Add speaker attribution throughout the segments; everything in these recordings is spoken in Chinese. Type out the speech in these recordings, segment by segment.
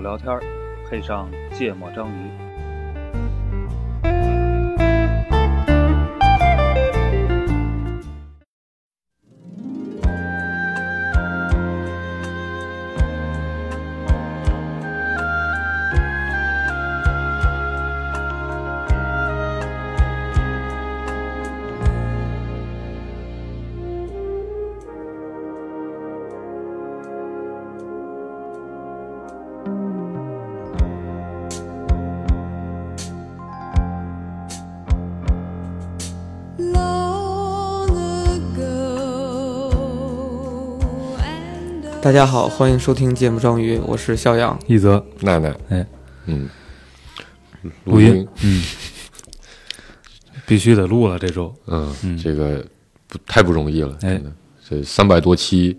Speaker 1: 聊天儿，配上芥末章鱼。
Speaker 2: Long ago and
Speaker 3: 大家好，欢迎收听《芥末章鱼》，我是肖阳。
Speaker 4: 一则
Speaker 5: 奈奈，
Speaker 4: 哎，
Speaker 5: 嗯，
Speaker 4: 录音，嗯，必须得录了这周，
Speaker 5: 嗯，这个不太不容易了，
Speaker 4: 哎
Speaker 5: 真的，这三百多期，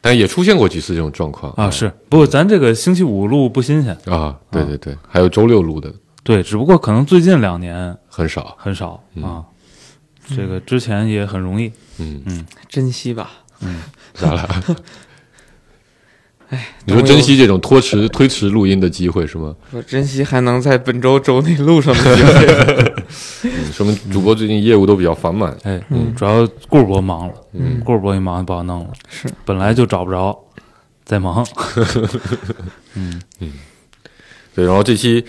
Speaker 5: 但也出现过几次这种状况
Speaker 4: 啊，是，不过咱这个星期五录不新鲜，
Speaker 5: 啊，对对对，还有周六录的
Speaker 4: 对，只不过可能最近两年
Speaker 5: 很少，
Speaker 4: 很少啊，这个之前也很容易，
Speaker 5: 嗯，
Speaker 3: 珍惜吧，
Speaker 5: 咋了？ 哎，你
Speaker 3: 等我
Speaker 5: 说珍惜这种拖迟推迟录音的机会是吗？
Speaker 3: 我珍惜还能在本周周内录上 的机会。
Speaker 5: 嗯说明主播最近业务都比较繁忙，
Speaker 4: 哎，主要顾儿伯忙了，嗯，顾儿伯一忙就不好弄了，
Speaker 3: 是，
Speaker 4: 本来就找不着，在忙，
Speaker 5: 对，然后这期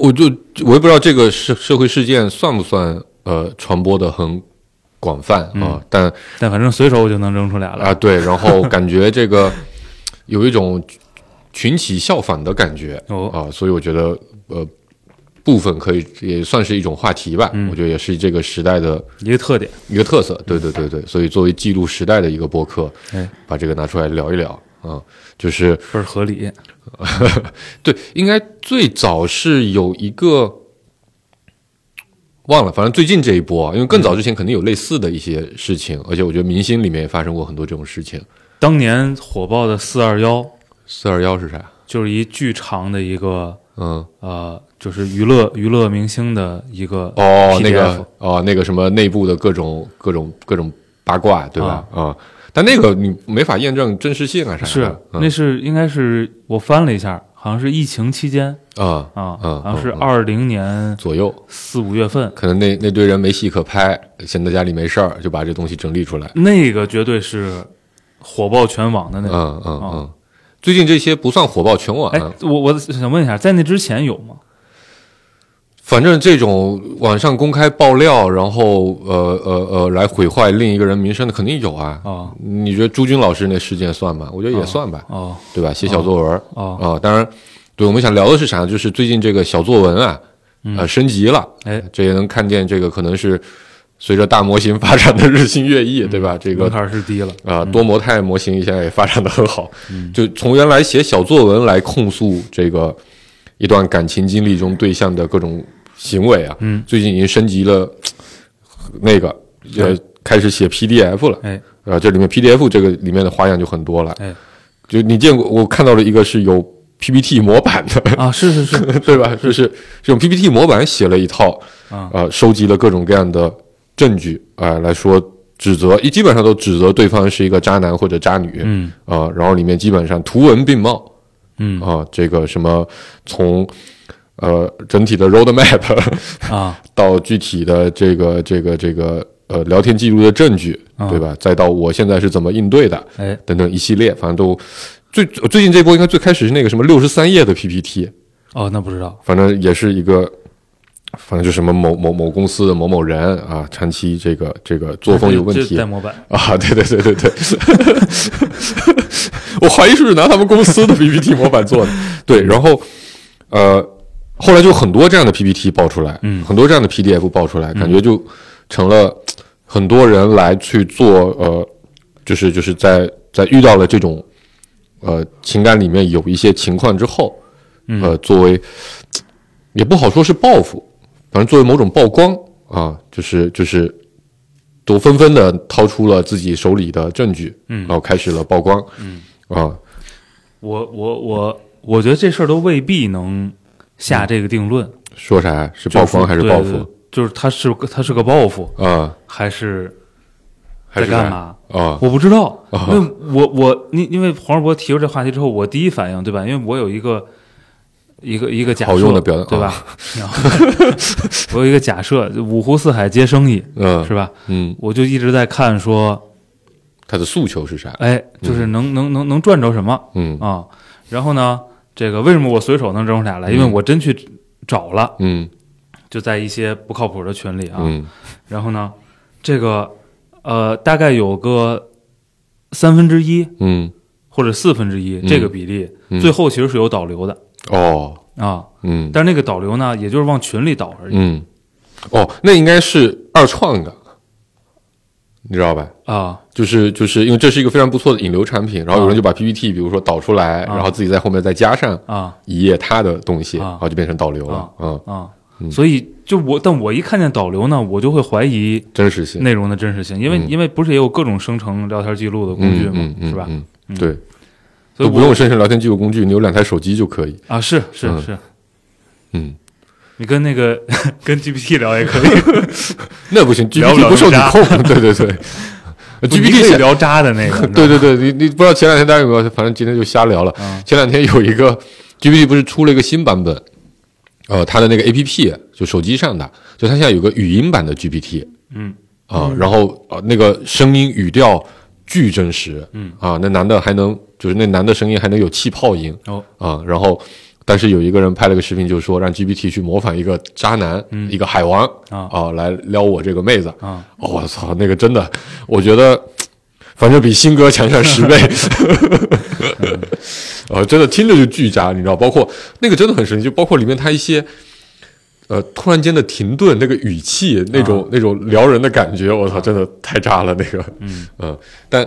Speaker 5: 我就我也不知道这个社社会事件算不算呃传播的很广泛
Speaker 4: 嗯
Speaker 5: 啊，但
Speaker 4: 但反正随手我就能扔出俩
Speaker 5: 啊，
Speaker 4: 来，
Speaker 5: 对，然后感觉这个 有一种群起效仿的感觉
Speaker 4: 哦
Speaker 5: 啊，所以我觉得呃，部分可以也算是一种话题吧，我觉得也是这个时代的
Speaker 4: 一个特点，
Speaker 5: 一个特色。对对对对，所以作为记录时代的一个播客，
Speaker 4: 哎，
Speaker 5: 把这个拿出来聊一聊啊，就是
Speaker 4: 倍儿合理，
Speaker 5: 对，应该最早是有一个。忘了，反正最近这一波啊，因为更早之前肯定有类似的一些事情，而且我觉得明星里面也发生过很多这种事情。
Speaker 4: 当年火爆的四二幺
Speaker 5: 四二幺是啥？
Speaker 4: 就是一巨长的一个。
Speaker 5: 嗯，
Speaker 4: 呃，就是娱乐娱乐明星的一个
Speaker 5: 哦，那
Speaker 4: PDF
Speaker 5: 个哦，那个什么内部的各种各种各种八卦，对吧？啊、但那个你没法验证真实性啊啥的。
Speaker 4: 是
Speaker 5: 嗯
Speaker 4: 那是应该是我翻了一下，好像是疫情期间
Speaker 5: 啊
Speaker 4: 啊，好
Speaker 5: 嗯
Speaker 4: 像是
Speaker 5: 嗯
Speaker 4: 二零年
Speaker 5: 左右，
Speaker 4: 四五月份，
Speaker 5: 可能那那堆人没戏可拍，闲在家里没事儿，就把这东西整理出来。
Speaker 4: 那个绝对是火爆全网的那个。
Speaker 5: 嗯嗯
Speaker 4: 啊
Speaker 5: 嗯，最近这些不算火爆全网，啊
Speaker 4: 哎，我我想问一下，在那之前有吗？
Speaker 5: 反正这种网上公开爆料，然后呃呃呃来毁坏另一个人名声的肯定有啊。
Speaker 4: 哦
Speaker 5: 你觉得朱军老师那事件算吗？我觉得也算吧。
Speaker 4: 哦
Speaker 5: 对吧？写小作文儿
Speaker 4: 哦
Speaker 5: 啊、当然，对我们想聊的是啥？就是最近这个小作文啊，呃，升级了，
Speaker 4: 嗯哎，
Speaker 5: 这也能看见这个可能是随着大模型发展的日新月
Speaker 4: 嗯
Speaker 5: 异，对吧？这个
Speaker 4: 门槛是低了，
Speaker 5: 啊、多模态模型现在也发展的很好，
Speaker 4: 嗯
Speaker 5: 就从原来写小作文来控诉这个一段感情经历中对象的各种行为啊，
Speaker 4: 嗯
Speaker 5: 最近已经升级了那个呃，开始写 PDF 了，
Speaker 4: 哎
Speaker 5: 啊，这里面 PDF 这个里面的花样就很多了。
Speaker 4: 哎
Speaker 5: 就你见过，我看到了一个是有 PPT 模板的，
Speaker 4: 啊，是是是，
Speaker 5: 对吧？就是这种 PPT 模板写了一套，
Speaker 4: 啊
Speaker 5: 呃，收集了各种各样的证据啊、呃来说指责，一基本上都指责对方是一个渣男或者渣女，
Speaker 4: 嗯
Speaker 5: 啊、然后里面基本上图文并茂
Speaker 4: 嗯
Speaker 5: 啊、这个什么从呃整体的 road map
Speaker 4: 啊
Speaker 5: 到具体的这个这个这个呃聊天记录的证据，
Speaker 4: 啊
Speaker 5: 对吧？再到我现在是怎么应对的，
Speaker 4: 哎
Speaker 5: 等等一系列，反正都最最近这波应该最开始是那个什么六十三页的 PPT，
Speaker 4: 哦，那不知道
Speaker 5: 反正也是一个，反正就什么某某某公司的某某人啊，长期这个这个作风有问
Speaker 4: 这这
Speaker 5: 题
Speaker 4: 带模板
Speaker 5: 啊，对对对对 对，我怀疑是不是拿他们公司的 PPT 模板做的，对，然后呃，后来就很多这样的 PPT 爆出来，
Speaker 4: 嗯
Speaker 5: 很多这样的 PDF 爆出来，感觉就成了很多人来去做呃，就是就是在在遇到了这种呃情感里面有一些情况之后，呃，作为也不好说是报复，反正作为某种曝光啊，就是就是都纷纷的掏出了自己手里的证据，嗯，然后开始了曝光，嗯啊，
Speaker 4: 我我我我觉得这事儿都未必能下这个定论，
Speaker 5: 说啥是
Speaker 4: 就
Speaker 5: 嗯曝光还是报
Speaker 4: 对
Speaker 5: 复
Speaker 4: 对就是他是他是个报复，
Speaker 5: 啊？
Speaker 4: 还是
Speaker 5: 还
Speaker 4: 在
Speaker 5: 是
Speaker 4: 干嘛？
Speaker 5: 啊？
Speaker 4: 我不知道。
Speaker 5: 啊
Speaker 4: 那我我因因为黄世博提出这话题之后，我第一反应对吧？因为我有一个一个一个假设
Speaker 5: 好用的表达啊
Speaker 4: 对吧？ 然后我有一个假设，五湖四海皆生意
Speaker 5: 嗯
Speaker 4: 是吧？
Speaker 5: 嗯，
Speaker 4: 我就一直在看说，
Speaker 5: 他的诉求是啥？
Speaker 4: 哎，就是能能能能赚着什么
Speaker 5: 嗯
Speaker 4: 啊？然后呢，这个为什么我随手能整出俩来？因为我真去找了，
Speaker 5: 嗯
Speaker 4: 就在一些不靠谱的群里啊，
Speaker 5: 嗯
Speaker 4: 然后呢，这个呃，大概有个三分之一
Speaker 5: 嗯
Speaker 4: 或者四分之一
Speaker 5: 嗯
Speaker 4: 这个比例，
Speaker 5: 嗯
Speaker 4: 最后其实是有导流的
Speaker 5: 哦
Speaker 4: 啊。
Speaker 5: 嗯
Speaker 4: 但是那个导流呢，也就是往群里导而已、
Speaker 5: 嗯哦，那应该是二创的，你知道吧？
Speaker 4: 啊。
Speaker 5: 就是就是因为这是一个非常不错的引流产品，然后有人
Speaker 4: 啊
Speaker 5: 就把 PPT 比如说导出来，
Speaker 4: 啊
Speaker 5: 然后自己在后面再加上
Speaker 4: 啊
Speaker 5: 一页他的东西，
Speaker 4: 啊
Speaker 5: 然后就变成导流了
Speaker 4: 啊，
Speaker 5: 嗯，
Speaker 4: 啊，所以就我，但我一看见导流呢，我就会怀疑
Speaker 5: 真实性，
Speaker 4: 内容的真实性，因为、
Speaker 5: 嗯
Speaker 4: 因为不是也有各种生成聊天记录的工具
Speaker 5: 嗯
Speaker 4: 嘛，
Speaker 5: 嗯嗯，
Speaker 4: 是吧？
Speaker 5: 嗯
Speaker 4: 嗯
Speaker 5: 对，
Speaker 4: 所以
Speaker 5: 都不
Speaker 4: 我
Speaker 5: 用生成聊天记录工具，你有两台手机就可以，
Speaker 4: 啊，是是
Speaker 5: 嗯
Speaker 4: 是，
Speaker 5: 嗯，
Speaker 4: 你跟那个跟 GPT 聊也可 以，
Speaker 5: 那不行
Speaker 4: 聊不了
Speaker 5: ，GPT 不受你
Speaker 4: 渣
Speaker 5: 控， 对 对对
Speaker 4: 你可以
Speaker 5: ，GPT
Speaker 4: 聊渣的那个， 你知道
Speaker 5: 对
Speaker 4: 吗
Speaker 5: 对对，你你不知道前两天大家有没有，反正今天就瞎聊了。
Speaker 4: 嗯
Speaker 5: 前两天有一个 GPT 不是出了一个新版本，呃，它的那个 APP 就手机上的，就它现在有个语音版的 GPT
Speaker 4: 嗯
Speaker 5: 啊、然后呃那个声音语调巨真实，
Speaker 4: 嗯
Speaker 5: 啊，那男的还能就是那男的声音还能有气泡音
Speaker 4: 哦
Speaker 5: 啊、然后但是有一个人拍了个视频，就说让 GPT 去模仿一个渣男，
Speaker 4: 嗯
Speaker 5: 一个海王
Speaker 4: 啊
Speaker 5: 来撩我这个妹子，
Speaker 4: 啊，
Speaker 5: 哦我、操，那个真的，我觉得反正比新歌强上 十倍。呃，真的听着就巨渣，你知道？包括那个真的很神奇，就包括里面他一些。呃，突然间的停顿，那个语气，那
Speaker 4: 啊
Speaker 5: 种、那种撩人的感觉，我操，真的太渣了那个。
Speaker 4: 嗯
Speaker 5: 嗯，但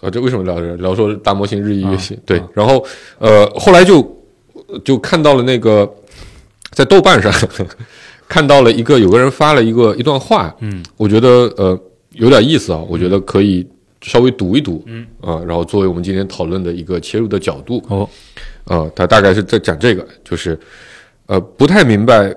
Speaker 5: 呃，这为什么聊着聊说大模型日益
Speaker 4: 啊
Speaker 5: 月新？对
Speaker 4: 啊，
Speaker 5: 然后呃，后来就就看到了那个在豆瓣上 看到了一个有个人发了一个一段话，
Speaker 4: 嗯，
Speaker 5: 我觉得呃有点意思啊，我觉得可以稍微读一读，嗯啊、然后作为我们今天讨论的一个切入的角度，
Speaker 4: 哦，
Speaker 5: 呃，他大概是在讲这个，就是呃不太明白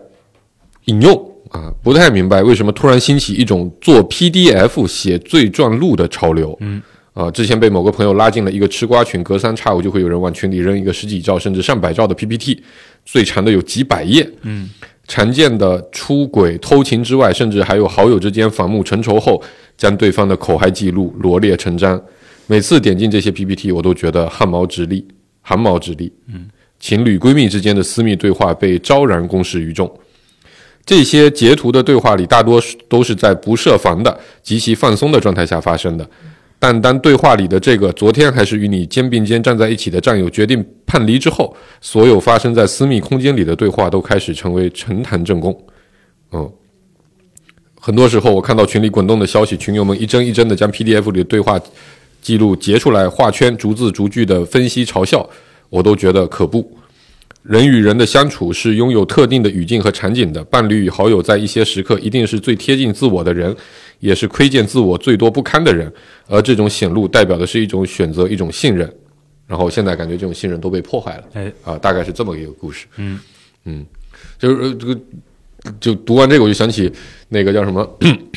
Speaker 5: 引用啊，不太明白为什么突然兴起一种做 PDF 写罪状录的潮流，
Speaker 4: 嗯。
Speaker 5: 啊、之前被某个朋友拉进了一个吃瓜群，隔三差五就会有人往群里扔一个十几兆甚至上百兆的 PPT，最长的有几百页。
Speaker 4: 嗯，
Speaker 5: 常见的出轨、偷情之外，甚至还有好友之间反目成仇后，将对方的口嗨记录罗列成章。每次点进这些 PPT，我都觉得汗毛直立，汗毛直立。嗯，情侣闺蜜之间的私密对话被昭然公示于众。这些截图的对话里，大多是都是在不设防的、极其放松的状态下发生的。但当对话里的这个昨天还是与你肩并肩站在一起的战友决定叛离之后，所有发生在私密空间里的对话都开始成为呈堂证供。嗯，很多时候我看到群里滚动的消息，群友们一帧一帧的将 PDF 里的对话记录截出来，画圈，逐字逐句的分析嘲笑，我都觉得可怖。人与人的相处是拥有特定的语境和场景的，伴侣与好友在一些时刻一定是最贴近自我的人，也是窥见自我最多不堪的人。而这种显露代表的是一种选择，一种信任。然后现在感觉这种信任都被破坏了，
Speaker 4: 哎，
Speaker 5: 啊，大概是这么一个故事。
Speaker 4: 嗯
Speaker 5: 嗯，就是呃这个，就读完这个我就想起那个叫什么，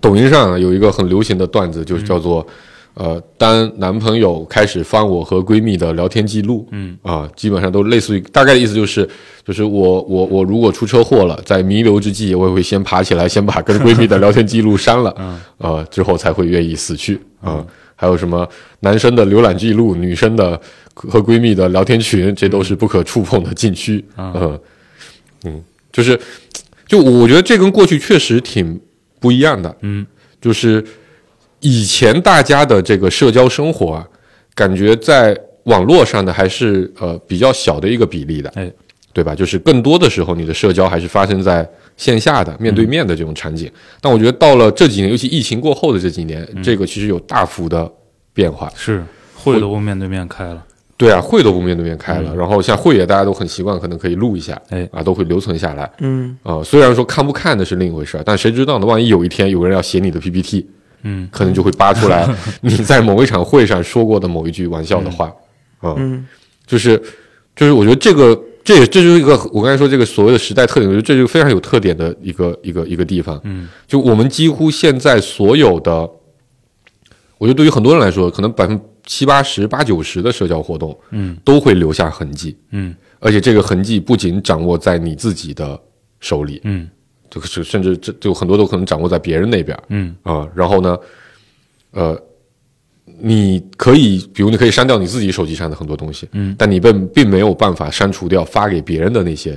Speaker 5: 抖音上啊有一个很流行的段子，就是叫做。呃，当男朋友开始翻我和闺蜜的聊天记录，
Speaker 4: 嗯
Speaker 5: 啊，基本上都类似于大概的意思就是，就是我我我如果出车祸了，在弥留之际，我也会先爬起来，先把跟闺蜜的聊天记录删 了，
Speaker 4: 嗯
Speaker 5: 呃，之后才会愿意死去啊。还有什么男生的浏览记录、女生的和闺蜜的聊天群，这都是不可触碰的禁区。
Speaker 4: 嗯
Speaker 5: 嗯嗯，就是，就我觉得这跟过去确实挺不一样的。
Speaker 4: 嗯，
Speaker 5: 就是以前大家的这个社交生活啊，感觉在网络上的还是呃比较小的一个比例的，
Speaker 4: 哎，
Speaker 5: 对吧？就是更多的时候，你的社交还是发生在线下的、面对面的这种场景。
Speaker 4: 嗯
Speaker 5: 但我觉得到了这几年，尤其疫情过后的这几年，这个其实有大幅的变化。
Speaker 4: 是会都面对面开了，
Speaker 5: 对啊，会都不面对面开了，然后像会也大家都很习惯，可能可以录一下，
Speaker 4: 嗯哎
Speaker 5: 啊，都会留存下来。
Speaker 3: 嗯，
Speaker 5: 啊、虽然说看不看那是另一回事儿，但谁知道呢？万一有一天有人要写你的 PPT，
Speaker 4: 嗯
Speaker 5: 可能就会扒出 来你在某一场会上说过的某一句玩笑的话，啊、
Speaker 3: 嗯，
Speaker 5: 就是就是我觉得这个这也这就是一个我刚才说这个所谓的时代特点，我觉得这就是非常有特点的一个一个一个地方。
Speaker 4: 嗯
Speaker 5: 就我们几乎现在所有的我觉得对于很多人来说，可能百分七八十、八九十的社交活动，
Speaker 4: 嗯，
Speaker 5: 都会留下痕迹，
Speaker 4: 嗯
Speaker 5: 而且这个痕迹不仅掌握在你自己的手里，
Speaker 4: 嗯
Speaker 5: 就是甚至这就很多都可能掌握在别人那边
Speaker 4: 嗯
Speaker 5: 啊、然后呢，呃，你可以，比如你可以删掉你自己手机上的很多东西，
Speaker 4: 嗯，
Speaker 5: 但你并并没有办法删除掉发给别人的那些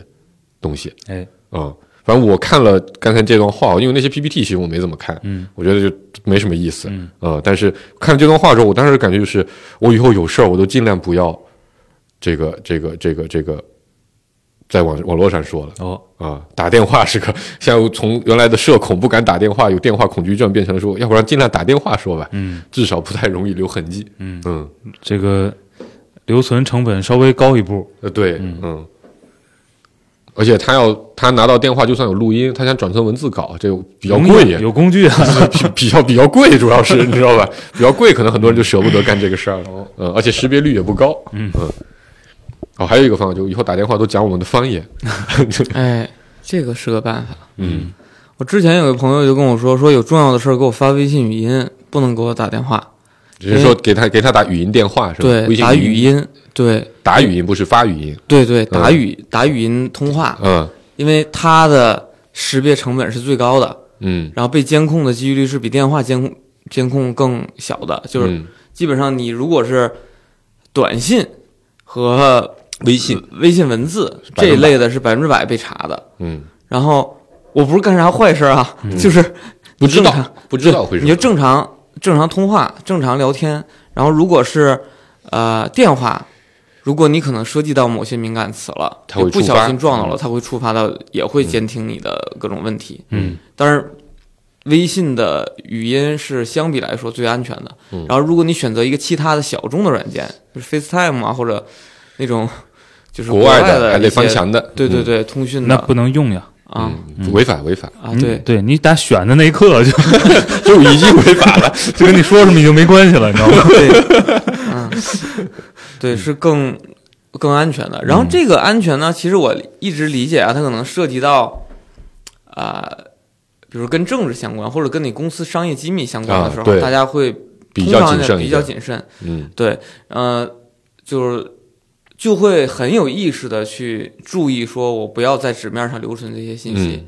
Speaker 5: 东西
Speaker 4: 哎，
Speaker 5: 啊、反正我看了刚才这段话，因为那些 PPT 其实我没怎么看，
Speaker 4: 嗯，
Speaker 5: 我觉得就没什么意思，
Speaker 4: 嗯
Speaker 5: 啊、但是看了这段话之后，我当时感觉就是，我以后有事儿我都尽量不要这个这个这个这个在网网络上说了。
Speaker 4: 哦，
Speaker 5: 啊，打电话是个， 现在我从原来的社恐不敢打电话，有电话恐惧症，变成了说，要不然尽量打电话说吧，
Speaker 4: 嗯
Speaker 5: 至少不太容易留痕迹。
Speaker 4: 嗯，
Speaker 5: 嗯，
Speaker 4: 这个留存成本稍微高一步，
Speaker 5: 呃，对，嗯，而且他要他拿到电话，就算有录音，他想转成文字稿，这个比较
Speaker 4: 容易
Speaker 5: 贵呀，
Speaker 4: 有工具啊，
Speaker 5: 比比较比较贵，主要是 你知道吧？比较贵，可能很多人就舍不得干这个事儿了。嗯，而且识别率也不高。嗯哦，还有一个方法，就以后打电话都讲我们的方言。
Speaker 3: 哎，这个是个办法。
Speaker 5: 嗯
Speaker 3: 我之前有个朋友就跟我说，说有重要的事儿给我发微信语音，不能给我打电话。
Speaker 5: 只是说给他给他打语音电话是吧？
Speaker 3: 对
Speaker 5: 微，信
Speaker 3: 打语音，对，
Speaker 5: 打语音不是发语音。
Speaker 3: 对对，打语、打语音通话，
Speaker 5: 嗯
Speaker 3: 因为它的识别成本是最高的，
Speaker 5: 嗯，
Speaker 3: 然后被监控的几率是比电话监控监控更小的，就是
Speaker 5: 嗯
Speaker 3: 基本上你如果是短信和呃
Speaker 5: 微信。
Speaker 3: 微信文字
Speaker 5: 百分百
Speaker 3: 这一类的是百分之百被查的。
Speaker 5: 嗯，
Speaker 3: 然后我不是干啥坏事啊，就是
Speaker 5: 不知
Speaker 3: 正
Speaker 5: 道
Speaker 3: 常
Speaker 5: 不知道会是
Speaker 3: 你就正常正常通话、正常聊天。然后如果是呃电话，如果你可能涉及到某些敏感词了，
Speaker 5: 它会
Speaker 3: 不
Speaker 5: 触
Speaker 3: 小
Speaker 5: 发
Speaker 3: 心撞到了，
Speaker 5: 嗯
Speaker 3: 它会触发到，也会监听你的各种问题。
Speaker 4: 嗯，
Speaker 3: 但是微信的语音是相比来说最安全的。
Speaker 5: 嗯
Speaker 3: 然后如果你选择一个其他的小众的软件，就是 FaceTime 啊，或者那种就是
Speaker 5: 国
Speaker 3: 外
Speaker 5: 外的，还
Speaker 3: 一些
Speaker 5: 得嗯翻墙的。
Speaker 3: 对对对，通讯的
Speaker 4: 那不能用呀。
Speaker 3: 啊
Speaker 5: 嗯，嗯，违法违法，
Speaker 3: 啊，对
Speaker 4: 嗯，对你打选的那一刻就
Speaker 5: 就已经违法了。
Speaker 4: 就跟你说什么已经没关系了，你知道吗？
Speaker 3: 对，嗯， 对，是更更安全的。然后这个安全呢，其实我一直理解啊，它可能涉及到啊、比如跟政治相关，或者跟你公司商业机密相关的
Speaker 5: 啊
Speaker 3: 时候，
Speaker 5: 对
Speaker 3: 大家会
Speaker 5: 比
Speaker 3: 通
Speaker 5: 较
Speaker 3: 常
Speaker 5: 谨
Speaker 3: 也
Speaker 5: 慎一
Speaker 3: 比较
Speaker 5: 点
Speaker 3: 谨慎。
Speaker 5: 嗯
Speaker 3: 对，呃，就是就会很有意识的去注意，说我不要在纸面上留存这些信息。
Speaker 5: 嗯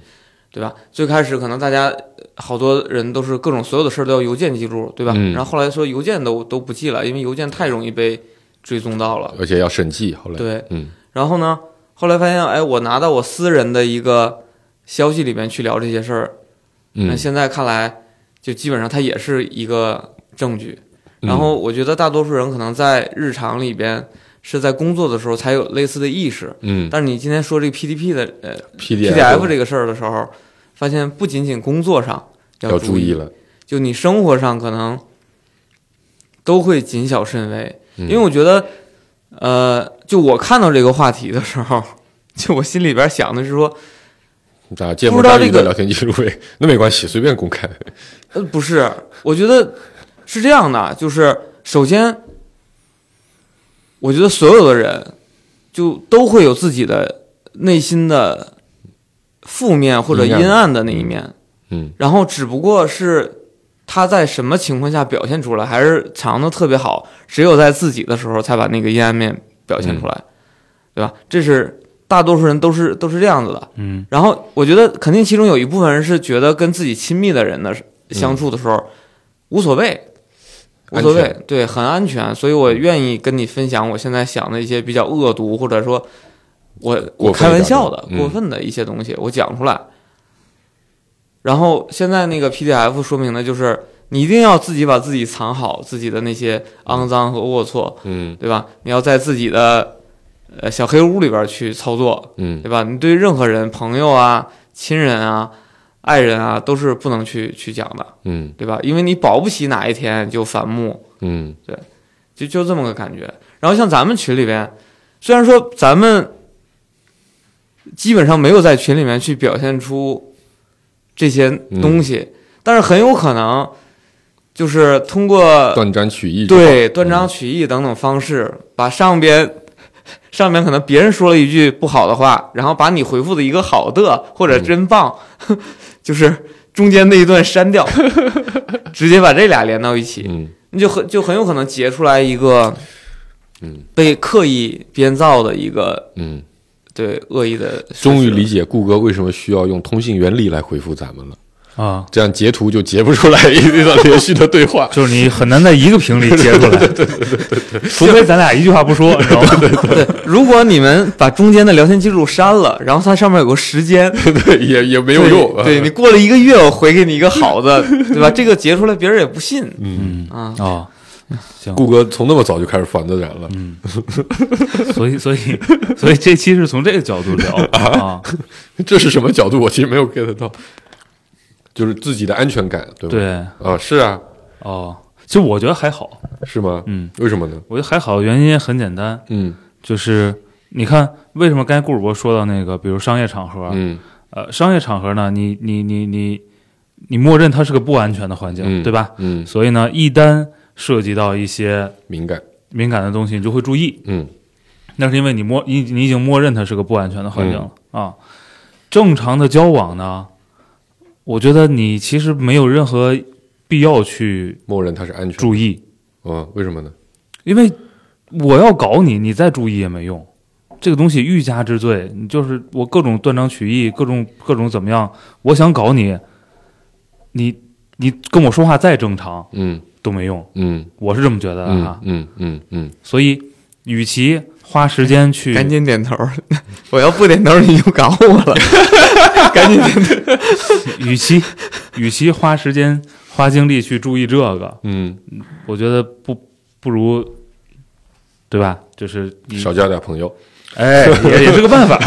Speaker 3: 对吧？最开始可能大家呃好多人都是各种所有的事儿都要邮件记录，对吧？
Speaker 5: 嗯
Speaker 3: 然后后来说邮件都都不记了，因为邮件太容易被追踪到了。
Speaker 5: 而且要审计，后来。
Speaker 3: 对，
Speaker 5: 嗯
Speaker 3: 然后呢，后来发现，哎，我拿到我私人的一个消息里面去聊这些事儿，那
Speaker 5: 嗯，
Speaker 3: 现在看来，就基本上它也是一个证据。然
Speaker 5: 嗯
Speaker 3: 后我觉得大多数人可能在日常里边是在工作的时候才有类似的意识，
Speaker 5: 嗯
Speaker 3: 但是你今天说这个 PDP 的呃
Speaker 5: PDF
Speaker 3: PDF 这个事儿的时候，发现不仅仅工作上
Speaker 5: 要
Speaker 3: 注
Speaker 5: 注意，了，
Speaker 3: 就你生活上可能都会谨小慎微。
Speaker 5: 因
Speaker 3: 因为我觉得，呃，就我看到这个话题的时候， 就我心里边想的是说，
Speaker 5: 咋见
Speaker 3: 不知
Speaker 5: 大
Speaker 3: 道
Speaker 5: 家
Speaker 3: 这个
Speaker 5: 聊天记录呗， 那没关系，随便 公开。
Speaker 3: 呃，不是，我觉得是这样的，就是首先，我觉得所有的人就都会有自己的内心的负面或者
Speaker 5: 阴暗
Speaker 3: 阴暗的那一面。
Speaker 5: 嗯
Speaker 3: 然后只不过是他在什么情况下表现出来，还是藏的特别好，只有在自己的时候才把那个阴暗面表现出来，对吧？这是大多数人都是都是这样子的。
Speaker 4: 嗯
Speaker 3: 然后我觉得肯定其中有一部分人是觉得跟自己亲密的人的相处的时候、无所谓。无所
Speaker 5: 安
Speaker 3: 谓，对，很安全，所以我愿意跟你分享我现在想的一些比较恶毒，或者说我我
Speaker 5: 过分一点的
Speaker 3: 开玩笑的、
Speaker 5: 嗯
Speaker 3: 过分的一些东西，我讲出来。然后现在那个 PDF 说明的就是，你一定要自己把自己藏好，自己的那些肮脏和龌龊，
Speaker 5: 嗯
Speaker 3: 对吧？你要在自己的呃小黑屋里边去操作，
Speaker 5: 嗯
Speaker 3: 对吧？你对任何人、朋友啊、亲人啊、爱人啊，都是不能去去讲的，
Speaker 5: 嗯
Speaker 3: 对吧？因为你保不齐哪一天就反目，
Speaker 5: 嗯
Speaker 3: 就就这么个感觉。然后像咱们群里边，虽然说咱们基本上没有在群里面去表现出这些
Speaker 5: 嗯
Speaker 3: 东西，但是很有可能就是通过
Speaker 5: 断章取义。，
Speaker 3: 呃
Speaker 5: 嗯
Speaker 3: 对断章取义等等方式，把上边上面可能别人说了一句不好的话，然后把你回复的一个好的或
Speaker 5: 嗯
Speaker 3: 者真棒， 就是中间那一段删掉，直接把这俩连到一起，
Speaker 5: 嗯
Speaker 3: 那就很就很有可能结出来一个，
Speaker 5: 嗯，
Speaker 3: 被刻意编造的一个
Speaker 5: 嗯，
Speaker 3: 对恶意的。
Speaker 5: 终于理，解顾哥为什么需要用通信原理来回复咱们了，
Speaker 4: 啊，。
Speaker 5: 这样截图就截不出来一段连续的 对话
Speaker 4: 就是你很难在一个屏里截出来， 对对对对对，除非咱俩一句话不说，你知道吗？
Speaker 3: 如果你们把中间的聊天记录删了，然后它上面有个时间，
Speaker 5: 对，也也 没有
Speaker 3: 对
Speaker 5: 用。
Speaker 3: 对 你过了一个月，我回给你一个好的， 对吧？这个截出来别人也不信
Speaker 4: 嗯
Speaker 3: 啊。
Speaker 4: 啊，行，
Speaker 5: 顾哥从那么早就开始烦的人了，
Speaker 4: 嗯，所以所以所以这期是从这个角度 聊啊，
Speaker 5: 这是什么角度？我其实没有 get 到，就是自己的安全感，对吧？
Speaker 4: 对，
Speaker 5: 啊，是啊，
Speaker 4: 哦，其实我觉得还好，
Speaker 5: 是吗？
Speaker 4: 嗯，
Speaker 5: 为什么呢？
Speaker 4: 我觉得还好，原因也很简单，
Speaker 5: 嗯
Speaker 4: 就是你看为什么刚才顾主播说到那个，比如商业场合，
Speaker 5: 嗯
Speaker 4: 呃，商业场合呢，你你你你你默认它是个不安全的环境，
Speaker 5: 嗯
Speaker 4: 对吧？
Speaker 5: 嗯，
Speaker 4: 所以呢，一旦涉及到一些
Speaker 5: 敏感，
Speaker 4: 敏感的东西，你就会注意，
Speaker 5: 嗯
Speaker 4: 那是因为你默你你已经默认它是个不安全的环境了、啊。正常的交往呢，我觉得你其实没有任何必要去
Speaker 5: 默认他是安全。
Speaker 4: 注意，
Speaker 5: 嗯，为什么呢？
Speaker 4: 因为我要搞你，你再注意也没用。这个东西欲加之罪，你就是我各种断章取义，各种各种怎么样？我想搞你，你你跟我说话再正常
Speaker 5: 嗯
Speaker 4: 都没用，
Speaker 5: 嗯
Speaker 4: 我是这么觉得的
Speaker 5: 嗯
Speaker 4: 啊哈。
Speaker 5: 嗯嗯嗯，
Speaker 4: 所以，与其花时间去
Speaker 3: 赶紧点头， 我要不点头你就搞我了。 赶紧点头，
Speaker 4: 与其 与其花时间花精力去注意这个，
Speaker 5: 嗯，
Speaker 4: 我觉得不不如，对吧？就是你
Speaker 5: 少交点朋友。
Speaker 4: 哎，也也是个办法，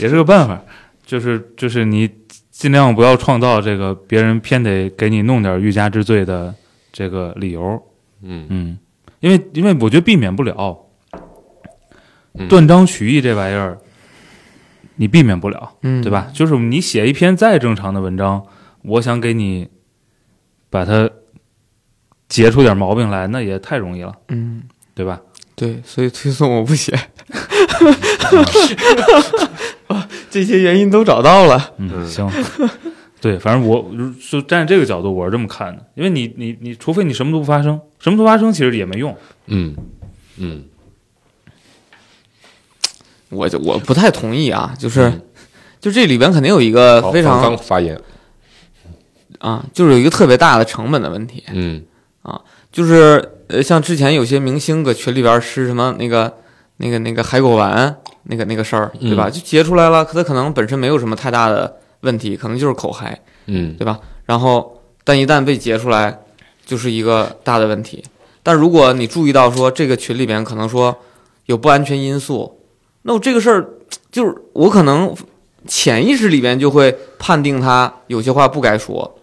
Speaker 4: 也是个办法，就是就是你尽量不要创造这个别人偏得给你弄点欲加之罪的这个理由，
Speaker 5: 嗯
Speaker 4: 嗯，因为因为我觉得避免不了
Speaker 5: 嗯
Speaker 4: 断章取义这玩意儿，你避免不了，
Speaker 3: 嗯
Speaker 4: 对？吧？就是你写一篇再正常的文章，我想给你把它截出点毛病来，那也太容易了，
Speaker 3: 嗯，
Speaker 4: 对吧？
Speaker 3: 对，所以推送我不写。
Speaker 5: 嗯
Speaker 3: 这些原因都找到了，
Speaker 4: 嗯，行， 对，反正我如就站这个角度，我是这么看的，因为你你你，除非你什么都不发生，什么都发生其实也没用。
Speaker 5: 嗯嗯，
Speaker 3: 我就我不太同意啊，就是、 就这里边肯定有一个
Speaker 5: 嗯好，
Speaker 3: 呃非
Speaker 5: 方
Speaker 3: 常
Speaker 5: 刚发言。
Speaker 3: 啊，就是有一个特别大的成本的问题，
Speaker 5: 嗯
Speaker 3: 就是呃，像之前有些明星搁群里边吃什么那个那个那个海狗丸那个那个事儿，对吧？
Speaker 5: 嗯
Speaker 3: 就截出来了，可他可能本身没有什么太大的问题，可能就是口嗨，
Speaker 5: 嗯
Speaker 3: 对吧？然后，但一旦被截出来，就是一个大的问题。但如果你注意到说这个群里边可能说有不安全因素，那我这个事儿就是我可能潜意识里边就会判定他有些话不该说，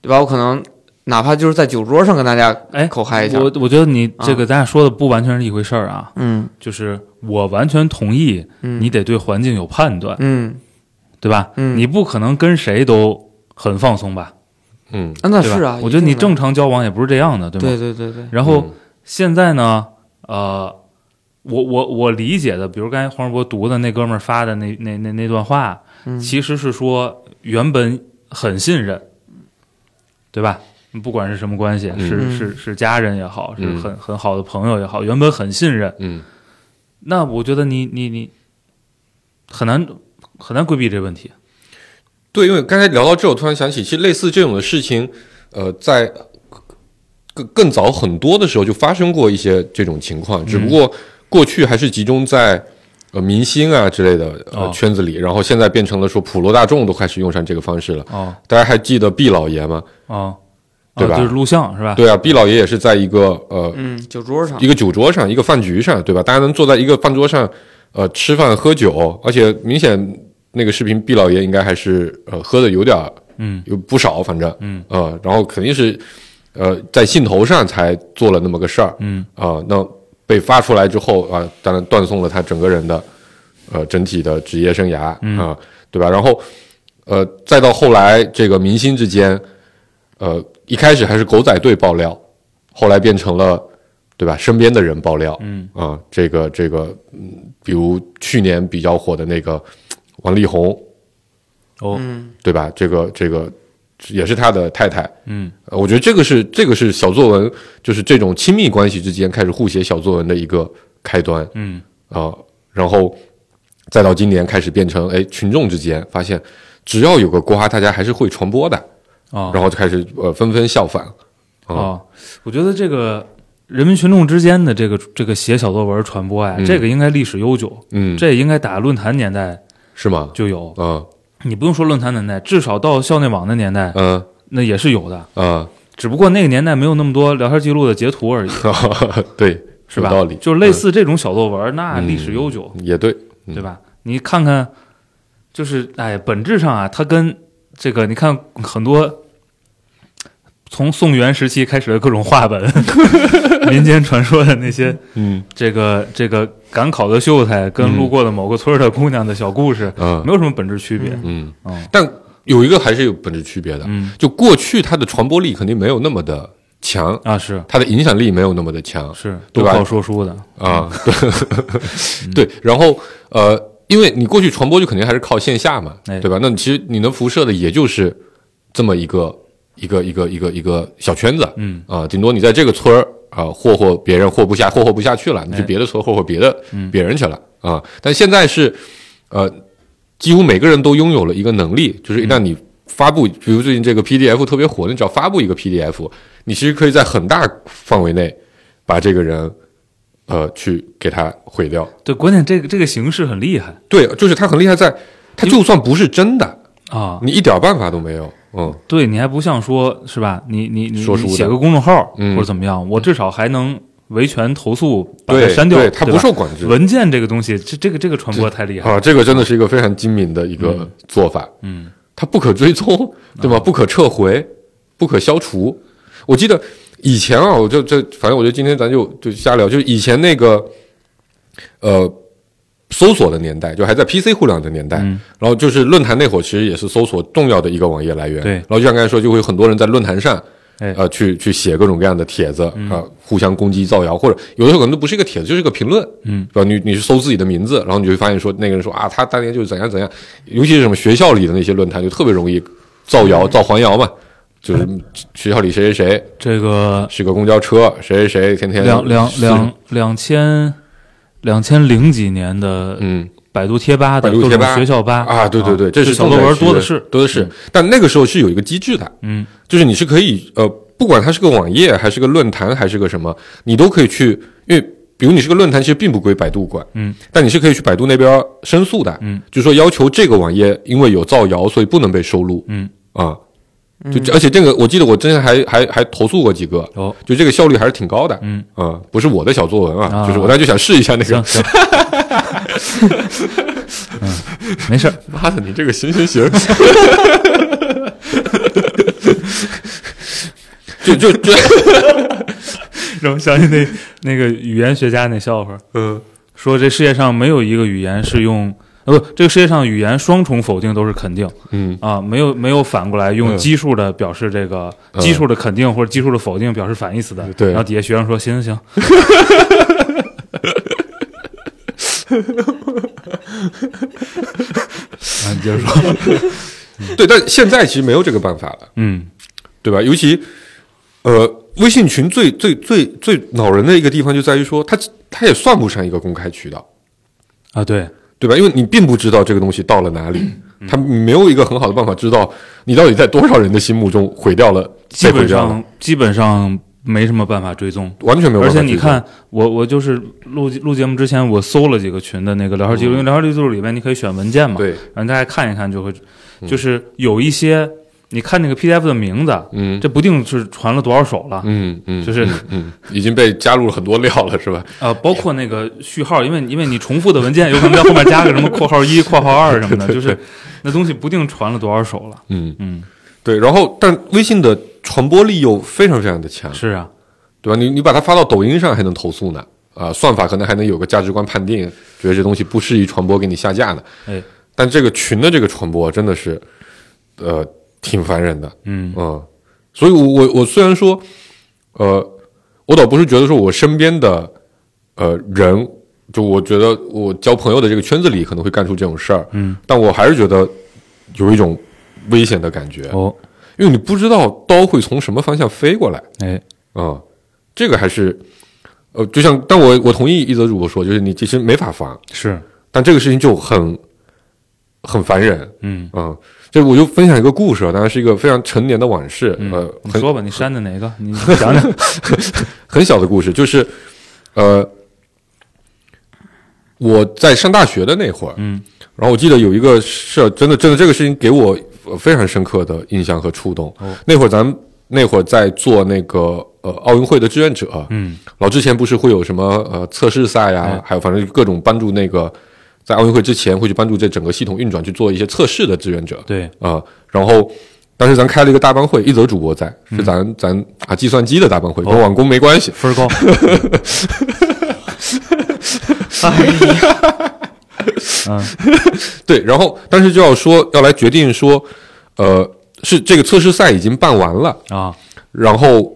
Speaker 3: 对吧？我可能哪怕就是在酒桌上跟大家
Speaker 4: 哎
Speaker 3: 口嗨一下，啊
Speaker 4: 我我觉得你这个咱俩说的不完全是一回事儿啊，
Speaker 3: 嗯
Speaker 4: 就是我完全同意，
Speaker 3: 嗯，
Speaker 4: 你得对环境有判断，
Speaker 3: 嗯
Speaker 4: 对吧？
Speaker 3: 嗯
Speaker 4: 你不可能跟谁都很放松吧？
Speaker 5: 嗯，
Speaker 3: 啊那
Speaker 4: 对吧
Speaker 3: 是啊，
Speaker 4: 我觉得
Speaker 3: 一
Speaker 4: 你
Speaker 3: 定的
Speaker 4: 正常交往也不是这样的，对吗？
Speaker 3: 对嗯对对对，
Speaker 4: 然后现在呢，呃，我我我理解的，比如刚才黄世博读的那哥们儿发的那那那那段话，
Speaker 3: 嗯
Speaker 4: 其实是说原本很信任，对吧？不管是什么关系，
Speaker 5: 嗯
Speaker 4: 是
Speaker 3: 嗯
Speaker 4: 是是家人也好，是
Speaker 5: 嗯
Speaker 4: 很很好的朋友也好，原本很信任，
Speaker 5: 嗯
Speaker 4: 那我觉得你你你很难很难规避这个问题。
Speaker 5: 对，因为刚才聊到这，我突然想起，其实类似这种的事情，呃，在更更早很多的时候就发生过一些这种情况，只不过过去还是集中在。呃，明星啊之类的呃
Speaker 4: 哦
Speaker 5: 圈子里，然后现在变成了说普罗大众都开始用上这个方式了。
Speaker 4: 哦
Speaker 5: 大家还记得毕老爷吗？
Speaker 4: 哦，
Speaker 5: 对吧
Speaker 4: 啊、就是录像是吧？
Speaker 5: 对啊，毕老爷也是在一个呃
Speaker 3: 嗯，酒桌上
Speaker 5: 一个酒桌上，一个饭局上，对吧？大家能坐在一个饭桌上，呃，吃饭喝酒，而且明显那个视频，毕老爷应该还是呃喝的有点儿
Speaker 4: 嗯
Speaker 5: 有不少，反正
Speaker 4: 嗯
Speaker 5: 呃，然后肯定是呃在兴头上才做了那么个事儿
Speaker 4: 嗯
Speaker 5: 啊、那被发出来之后啊、当然断送了他整个人的呃整体的职业生涯啊、
Speaker 4: 嗯
Speaker 5: 对吧？然后呃，再到后来这个明星之间，呃，一开始还是狗仔队爆料，后来变成了对吧身边的人爆料，
Speaker 4: 嗯
Speaker 5: 啊，这个这个，嗯，比如去年比较火的那个王力宏，
Speaker 4: 哦
Speaker 3: 嗯
Speaker 5: 对吧？这个这个也是他的太太。
Speaker 4: 嗯
Speaker 5: 呃我觉得这个是这个是小作文，就是这种亲密关系之间开始互写小作文的一个开端
Speaker 4: 嗯
Speaker 5: 啊、然后再到今年开始变成哎群众之间发现，只要有个瓜，大家还是会传播的，
Speaker 4: 啊
Speaker 5: 然后就开始呃纷纷效仿。啊
Speaker 4: 啊，我觉得这个人民群众之间的这个这个写小作文传播呀，
Speaker 5: 嗯
Speaker 4: 这个应该历史悠久，
Speaker 5: 嗯，
Speaker 4: 这也应该打论坛年代
Speaker 5: 是吗？
Speaker 4: 就有。
Speaker 5: 嗯
Speaker 4: 你不用说论坛年代，至少到校内网的年代，
Speaker 5: 嗯
Speaker 4: 那也是有的。
Speaker 5: 嗯，
Speaker 4: 只不过那个年代没有那么多聊天记录的截图而已，
Speaker 5: 对，
Speaker 4: 是吧？
Speaker 5: 哦有道理，
Speaker 4: 就是类似这种小作文，那
Speaker 5: 嗯
Speaker 4: 历史悠久，
Speaker 5: 也对，嗯
Speaker 4: 对吧？你看看，就是哎，本质上啊，它跟这个你看很多从宋元时期开始的各种话 本、民间传说的那些
Speaker 5: 嗯
Speaker 4: 这个这个赶考的秀才跟
Speaker 5: 嗯
Speaker 4: 路过的某个村儿的姑娘的小故事，
Speaker 5: 嗯
Speaker 4: 没有什么本质区别。
Speaker 5: 嗯
Speaker 4: 嗯，
Speaker 5: 但有一个还是有本质区别的，
Speaker 4: 嗯
Speaker 5: 就过去它的传播力肯定没有那么的强，
Speaker 4: 啊，是
Speaker 5: 它的影响力没有那么的强
Speaker 4: 是，都
Speaker 5: 对吧
Speaker 4: 靠说书的，
Speaker 5: 啊。
Speaker 4: 嗯
Speaker 5: 对，对，然后呃，因为你过去传播就肯定还是靠线下嘛，
Speaker 4: 哎
Speaker 5: 对吧？那你其实你能辐射的也就是这么一个一个一个一个一个小圈子，
Speaker 4: 嗯
Speaker 5: 啊，顶多你在这个村儿啊霍霍别人霍不下，霍霍不下去了，你去
Speaker 4: 哎嗯
Speaker 5: 别的村霍霍别的、别人去了啊。但现在是，呃，几乎每个人都拥有了一个能力，就是一
Speaker 4: 嗯
Speaker 5: 旦你发布，比如最近这个 PDF 特别火，你只要发布一个 PDF，你其实可以在很大范围内把这个人呃去给他毁掉。
Speaker 4: 对，关键这个这个形式很厉害
Speaker 5: 对，就是他很厉害在，他就算不是真的，
Speaker 4: 啊，
Speaker 5: 你一点办法都没有。嗯
Speaker 4: 对你还不像说是吧？你你你
Speaker 5: 说书
Speaker 4: 你
Speaker 5: 的
Speaker 4: 写个公众号、
Speaker 5: 嗯
Speaker 4: 或者怎么样，我至少还能维权投诉，把它
Speaker 5: 对，
Speaker 4: 删掉。
Speaker 5: 对，他
Speaker 4: 对
Speaker 5: 不
Speaker 4: 吧
Speaker 5: 受管制。
Speaker 4: 文件这个东西，这这个这个传播太厉害了。
Speaker 5: 啊，这个真的是一个非常精明的一个做法。
Speaker 4: 嗯，
Speaker 5: 它不可追踪，对吧？不可撤回，不可消除。我记得以前啊，我就这，反正我觉得今天咱就就瞎聊，就是以前那个呃搜索的年代，就还在 PC 互联网的年代，
Speaker 4: 嗯
Speaker 5: 然后就是论坛那会儿，其实也是搜索重要的一个网页来源。
Speaker 4: 对
Speaker 5: 然后就像刚才说，就会有很多人在论坛上。
Speaker 4: 哎嗯
Speaker 5: 呃，去去写各种各样的帖子啊、互相攻击造谣，或者有的时候可能都不是一个帖子，就是一个评论，
Speaker 4: 嗯，
Speaker 5: 对吧？你你是搜自己的名字，然后你就会发现说那个人说啊，他当年就是怎样怎样，尤其是什么学校里的那些论坛，就特别容易造谣、
Speaker 4: 嗯
Speaker 5: 造黄谣嘛，就是学校里谁谁谁
Speaker 4: 这个
Speaker 5: 是个公交车，谁谁谁天天
Speaker 4: 两两
Speaker 5: 四
Speaker 4: 两两千两千零几年的
Speaker 5: 嗯
Speaker 4: 百度贴吧的
Speaker 5: 百度
Speaker 4: 各
Speaker 5: 贴
Speaker 4: 种
Speaker 5: 吧
Speaker 4: 学校吧
Speaker 5: 啊，对对对，这是
Speaker 4: 小作文多的是。
Speaker 5: 多的是，但那个时候是有一个机制的，
Speaker 4: 嗯，
Speaker 5: 就是你是可以呃，不管它是个网页还是个论坛还是个什么，你都可以去，因为比如你是个论坛，其实并不归百度管，
Speaker 4: 嗯，
Speaker 5: 但你是可以去百度那边申诉的，
Speaker 4: 嗯，
Speaker 5: 就说要求这个网页因为有造谣，所以不能被收录，
Speaker 4: 嗯
Speaker 5: 啊，就而且这个我记得我之前还还还投诉过几个，
Speaker 4: 哦，
Speaker 5: 就这个效率还是挺高的，
Speaker 4: 嗯
Speaker 5: 啊，不是我的小作文啊，
Speaker 4: 啊
Speaker 5: 就是我当时就想试一下那个
Speaker 4: 行，行， 嗯，没事儿，
Speaker 5: 妈的，你这个行 行行。就就就，
Speaker 4: 让我想起那那个语言学家那笑话，
Speaker 5: 嗯
Speaker 4: 说这世界上没有一个语言是用，呃，不，这个世界上语言双重否定都是肯定
Speaker 5: 嗯
Speaker 4: 啊，没有没有反过来用
Speaker 5: 嗯
Speaker 4: 基数的表示这个、
Speaker 5: 嗯
Speaker 4: 基数的肯定或者基数的否定表示反义词的。
Speaker 5: 对
Speaker 4: 然后底下学生说行 行行，啊，你接着说，
Speaker 5: 对，但现在其实没有这个办法了，
Speaker 4: 嗯
Speaker 5: 对吧？尤其，呃，微信群最最最最恼人的一个地方就在于说，它它也算不上一个公开渠道，
Speaker 4: 啊对，
Speaker 5: 对吧？因为你并不知道这个东西到了哪里，
Speaker 4: 嗯
Speaker 5: 它没有一个很好的办法知道你到底在多少人的心目中毁掉了，
Speaker 4: 基
Speaker 5: 被毁
Speaker 4: 本
Speaker 5: 掉了，
Speaker 4: 上基本上没什么办法追踪。
Speaker 5: 完全没有
Speaker 4: 而
Speaker 5: 办法。
Speaker 4: 且你看，，我我就是录录节目之前，我搜了几个群的那个聊天记录，因为聊天记录里面你可以选文件嘛，
Speaker 5: 嗯对，嗯
Speaker 4: 然后大家看一看就会，就是有一些你看那个 PDF 的名字，
Speaker 5: 嗯
Speaker 4: 这不定是传了多少手了，
Speaker 5: 嗯 嗯，
Speaker 4: 就是
Speaker 5: 嗯，已经被加入了很多料了，是吧？
Speaker 4: 呃，包括那个序号，因为因为你重复的文件有可能在后面加个什么括号一、括号二什 么的，就是那东西不定传了多少手了。
Speaker 5: 嗯，
Speaker 4: 嗯，
Speaker 5: 对。然后，但微信的传播力又非常非常的强，
Speaker 4: 是啊，
Speaker 5: 对吧？你你把它发到抖音上还能投诉呢，啊、算法可能还能有个价值观判定，觉得这东西不适宜传播，给你下架呢。
Speaker 4: 哎，
Speaker 5: 但这个群的这个传播真的是，呃，挺烦人的，
Speaker 4: 嗯
Speaker 5: 嗯。所以我，我我虽然说，呃，我倒不是觉得说我身边的呃人，就我觉得我交朋友的这个圈子里可能会干出这种事儿，
Speaker 4: 嗯，
Speaker 5: 但我还是觉得有一种危险的感觉，
Speaker 4: 哦，
Speaker 5: 因因为你不知道刀会从什么方向飞过来
Speaker 4: 哎，
Speaker 5: 啊、这个还是呃，就像但我我同意一则主播说，就是你其实没法防，
Speaker 4: 是，
Speaker 5: 但这个事情就很很烦人
Speaker 4: 嗯，
Speaker 5: 啊、这我就分享一个故事啊，当然是一个非常陈年的往事，
Speaker 4: 嗯
Speaker 5: 呃，
Speaker 4: 你
Speaker 5: 很
Speaker 4: 说吧，你删的哪个？ 你你讲讲。
Speaker 5: 很小的故事，就是呃，我在上大学的那会儿，
Speaker 4: 嗯，
Speaker 5: 然后我记得有一个事儿，真的真的这个事情给我呃非常深刻的印象和触动。
Speaker 4: 哦
Speaker 5: 那会儿咱们那会儿在做那个呃奥运会的志愿者，
Speaker 4: 嗯
Speaker 5: 然后之前不是会有什么呃测试赛呀、
Speaker 4: 哎
Speaker 5: 还有反正各种帮助那个在奥运会之前会去帮助这整个系统运转去做一些测试的志愿者，
Speaker 4: 对，
Speaker 5: 啊、然后当时咱开了一个大班会，一则主播在，是咱、咱啊计算机的大班会，跟网工没关系。
Speaker 4: 分儿高，
Speaker 5: 哎
Speaker 4: 嗯
Speaker 5: 对，然后当时就要说要来决定说，呃，是这个测试赛已经办完了，
Speaker 4: 啊，
Speaker 5: 然后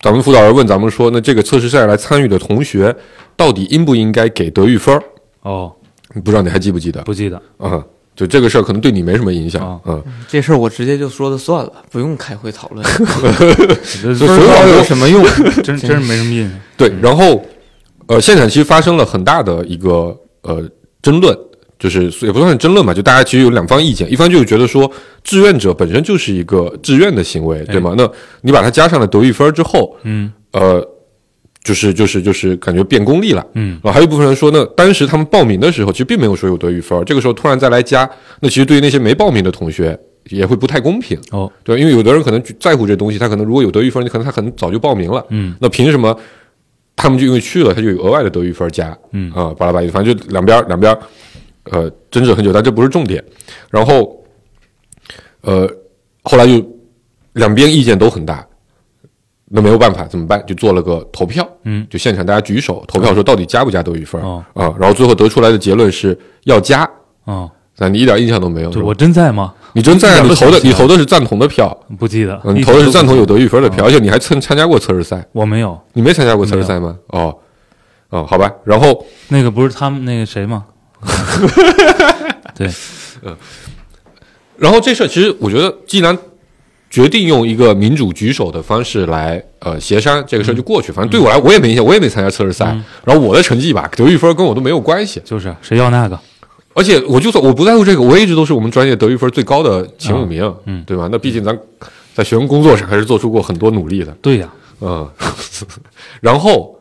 Speaker 5: 咱们辅导员问咱们说，那这个测试赛来参与的同学到底应不应该给德育分儿？
Speaker 4: 哦，
Speaker 5: 不知道你还记不记得？
Speaker 4: 不记得，
Speaker 5: 嗯，就这个事儿可能对你没什么影响，
Speaker 4: 啊
Speaker 5: 嗯。
Speaker 3: 这事儿我直接就说了算了，不用开会讨 论，
Speaker 4: 分
Speaker 5: 所以
Speaker 4: 儿
Speaker 5: 所
Speaker 3: 有
Speaker 5: 有
Speaker 3: 什么用？
Speaker 4: 高 真真是没什么印象。
Speaker 5: 对，然后呃，现场其实发生了很大的一个呃争论，就是也不算是争论吧，就大家其实有两方意见，一方就是觉得说志愿者本身就是一个志愿的行为，对吗？那你把它加上了德育分儿之后，
Speaker 4: 嗯
Speaker 5: 呃，就是就是就是感觉变功利了。啊
Speaker 4: 嗯，
Speaker 5: 然后还有一部分人说，那当时他们报名的时候，其实并没有说有德育分儿，这个时候突然再来加，那其实对于那些没报名的同学也会不太公平，
Speaker 4: 哦，
Speaker 5: 对吧，因为有的人可能在乎这东西，他可能如果有德育分儿，可能他很早就报名了，
Speaker 4: 嗯
Speaker 5: 那凭什么他们就因为去了，他就有额外的德育分儿加
Speaker 4: 嗯
Speaker 5: 啊、巴拉巴拉，反正就两边儿两边儿呃争执很久，但这不是重点。然后呃后来就两边意见都很大，那没有办法怎么办？就做了个投票，
Speaker 4: 嗯，
Speaker 5: 就现场大家举手投票说到底加不加德育分儿
Speaker 4: 哦
Speaker 5: 啊、然后最后得出来的结论是要加。
Speaker 4: 哦，
Speaker 5: 啊，你一点印象都没有，
Speaker 4: 对
Speaker 5: 是吧
Speaker 4: 我真在吗？
Speaker 5: 你真在
Speaker 4: 一
Speaker 5: 啊，
Speaker 4: 点
Speaker 5: 你
Speaker 4: 都
Speaker 5: 投的
Speaker 4: 想不起
Speaker 5: 你
Speaker 4: 来
Speaker 5: 投的是赞同的票，
Speaker 4: 不记得，
Speaker 5: 嗯，
Speaker 4: 一
Speaker 5: 你
Speaker 4: 直
Speaker 5: 投的是
Speaker 4: 都
Speaker 5: 赞同
Speaker 4: 不
Speaker 5: 有
Speaker 4: 记得
Speaker 5: 德育分儿的票，而且你还参参加过测试赛，
Speaker 4: 我没有，
Speaker 5: 你没参加过测试赛吗？哦，哦，好吧。然后，
Speaker 4: 那个不是他们那个谁吗？ 对，
Speaker 5: 然后这事儿其实我觉得，既然决定用一个民主举手的方式来呃协商，这个事儿就
Speaker 4: 嗯
Speaker 5: 过去。反正对我来，我也没影响，我也没参加测试赛。然后我的成绩吧，德育分儿跟我都没有关系。
Speaker 4: 就是谁要那个，
Speaker 5: 而且我就算我不在乎这个，我也一直都是我们专业德育分儿最高的前五名，
Speaker 4: 嗯
Speaker 5: 对吧？那毕竟咱在学生工作上还是做出过很多努力的。
Speaker 4: 对呀，
Speaker 5: 嗯， 然后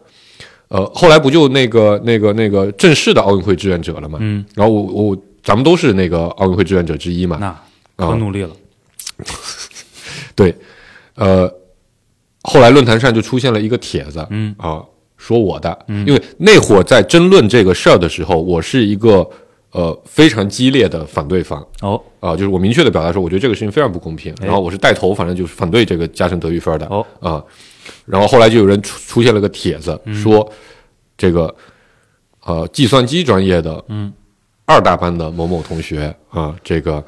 Speaker 5: 呃，后来不就那个那个那个正式的奥运会志愿者了嘛？
Speaker 4: 嗯，
Speaker 5: 然后我我咱们都是那个奥运会志愿者之一嘛。
Speaker 4: 那
Speaker 5: 哦
Speaker 4: 可努力了，
Speaker 5: 对，呃，后来论坛上就出现了一个帖子，
Speaker 4: 嗯
Speaker 5: 啊，说我的，因为那会儿在争论这个事儿的时候，我是一个呃非常激烈的反对方。
Speaker 4: 哦
Speaker 5: 啊、就是我明确的表达说，我觉得这个事情非常不公平，
Speaker 4: 哎
Speaker 5: 然后我是带头，反正就是反对这个加深德育分的。
Speaker 4: 哦
Speaker 5: 啊、然后后来就有人出出现了个帖子，
Speaker 4: 嗯
Speaker 5: 说这个呃计算机专业的
Speaker 4: 嗯
Speaker 5: 二大班的某某同学啊、这个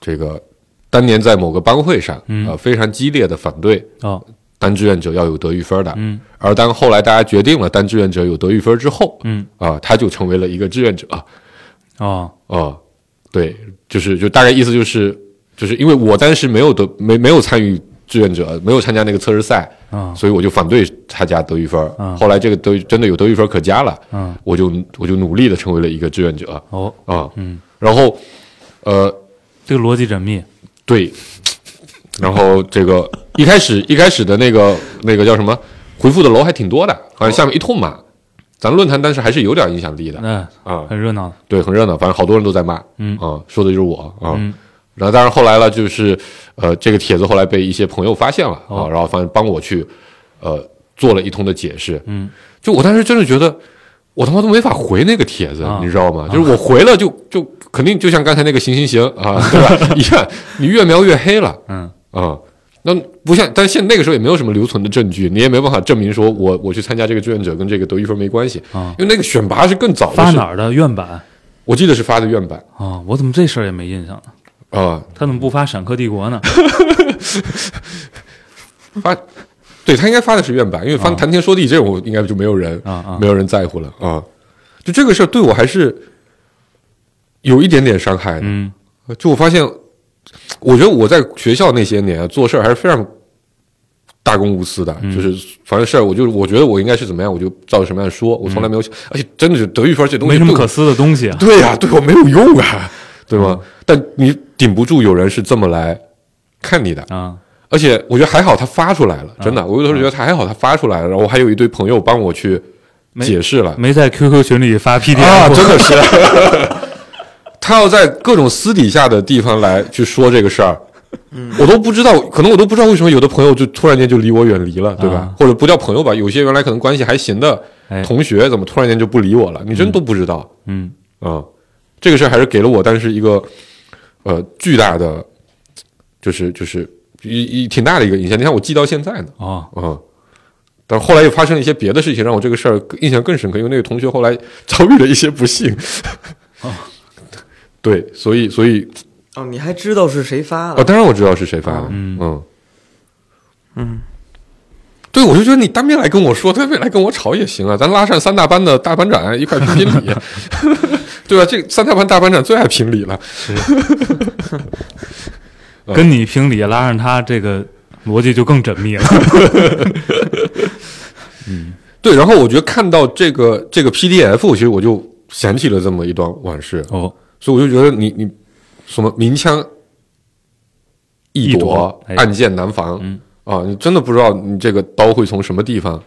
Speaker 5: 这个当年在某个班会上，
Speaker 4: 嗯
Speaker 5: 呃非常激烈的反对
Speaker 4: 哦，
Speaker 5: 当志愿者要有德育分的，
Speaker 4: 嗯
Speaker 5: 而当后来大家决定了当志愿者有德育分之后，
Speaker 4: 嗯
Speaker 5: 啊、他就成为了一个志愿者。
Speaker 4: 哦
Speaker 5: 哦，对，就是就大概意思就是就是因为我当时没有得没没有参与志愿者，没有参加那个测试赛，
Speaker 4: 啊
Speaker 5: 所以我就反对参加德育分儿。
Speaker 4: 嗯
Speaker 5: 后来这个德育真的有德育分儿可加了，
Speaker 4: 嗯
Speaker 5: 我就我就努力的成为了一个志愿者
Speaker 4: 哦，
Speaker 5: 啊、
Speaker 4: 嗯，
Speaker 5: 然后呃
Speaker 4: 这个逻辑缜密，
Speaker 5: 对，然后这个一开始一开始的那个那个叫什么回复的楼还挺多的，好像下面一通骂。咱论坛当时还是有点影响力的啊、
Speaker 4: 那很热闹的，
Speaker 5: 对，很热闹，反正好多人都在骂，
Speaker 4: 嗯
Speaker 5: 啊、说的就是我啊、
Speaker 4: 嗯
Speaker 5: 然后，当然后来了，就是呃，这个帖子后来被一些朋友发现了啊、
Speaker 4: 哦
Speaker 5: 然后反正帮我去呃做了一通的解释。
Speaker 4: 嗯，
Speaker 5: 就我当时真的觉得，我他妈都没法回那个帖子，
Speaker 4: 啊
Speaker 5: 你知道吗？就是我回了就就肯定就像刚才那个行行行啊，对吧？ 一看你越描越黑了
Speaker 4: 嗯
Speaker 5: 啊、那不像，但现那个时候也没有什么留存的证据，你也没办法证明说我我去参加这个志愿者跟这个德育分没关系，
Speaker 4: 啊，
Speaker 5: 因为那个选拔是更早的
Speaker 4: 发
Speaker 5: 事
Speaker 4: 哪，儿的院版
Speaker 5: 我记得是发的院版
Speaker 4: 啊？我怎么这事儿也没印象呢？
Speaker 5: 啊、
Speaker 4: 他怎么不发《闪客帝国》 呢？
Speaker 5: 发，对他应该发的是院版，因为发
Speaker 4: 嗯啊
Speaker 5: 谈天说地这种应该就没有人
Speaker 4: 啊啊
Speaker 5: 没有人在乎了啊。就这个事儿对我还是有一点点伤害的。
Speaker 4: 嗯
Speaker 5: 就我发现，我觉得我在学校那些年啊做事儿还是非常大公无私的，
Speaker 4: 嗯
Speaker 5: 就是反正事儿，我就我觉得我应该是怎么样，我就照着什么样说，我从来没有想，而且真的是德育分这东
Speaker 4: 嗯没
Speaker 5: 西
Speaker 4: 什么
Speaker 5: 对我
Speaker 4: 可嗯撕的东西啊。
Speaker 5: 对呀、对我没有 用啊，对吗？但你顶不住有人是这么来看你的，
Speaker 4: 啊，
Speaker 5: 而且我觉得还好他发出来了，真的，我有的时候觉得他还好他发出来了，然后我还有一堆朋友帮我去
Speaker 4: 啊没
Speaker 5: 解释了
Speaker 4: 没在 QQ 群里发 PDF，、
Speaker 5: 啊，真的是， 他要在各种私底下的地方来去说这个事儿。
Speaker 4: 嗯
Speaker 5: 我都不知道，可能我都不知道为什么有的朋友就突然间就离我远离了，对吧？
Speaker 4: 啊
Speaker 5: 或者不叫朋友吧，有些原来可能关系还行的
Speaker 4: 哎
Speaker 5: 同学，怎么突然间就不理我了？你真都不知道，
Speaker 4: 嗯，
Speaker 5: 啊，这个事儿还是给了我，但是一个呃巨大的，就是就是一一挺大的一个影响。你看我记到现在呢，
Speaker 4: 哦，
Speaker 5: 啊，但是后来又发生了一些别的事情，让我这个事儿印象更深刻，因为那个同学后来 遭遇了一些不幸。 对，所以所以
Speaker 3: 哦，你还知道是谁发
Speaker 4: 哦
Speaker 5: 啊，
Speaker 3: 的？
Speaker 5: 当然我知道是谁发的，嗯嗯。对，我就觉得你当面来跟我说，当面来跟我吵也行啊，咱拉上三大班的大班长一块评评理， 对啊吧？这三大班大班长最爱评理了，
Speaker 4: 跟你评理拉上他这个逻辑就更缜密 了。
Speaker 5: 对。然后我觉得看到这个这个 PDF，其实我就想起了这么一段往事，
Speaker 4: 哦，
Speaker 5: 所以我就觉得你你什么明枪易
Speaker 4: 易夺哎
Speaker 5: 暗箭难防、
Speaker 4: 嗯
Speaker 5: 啊，你真的不知道你这个刀会从什么地方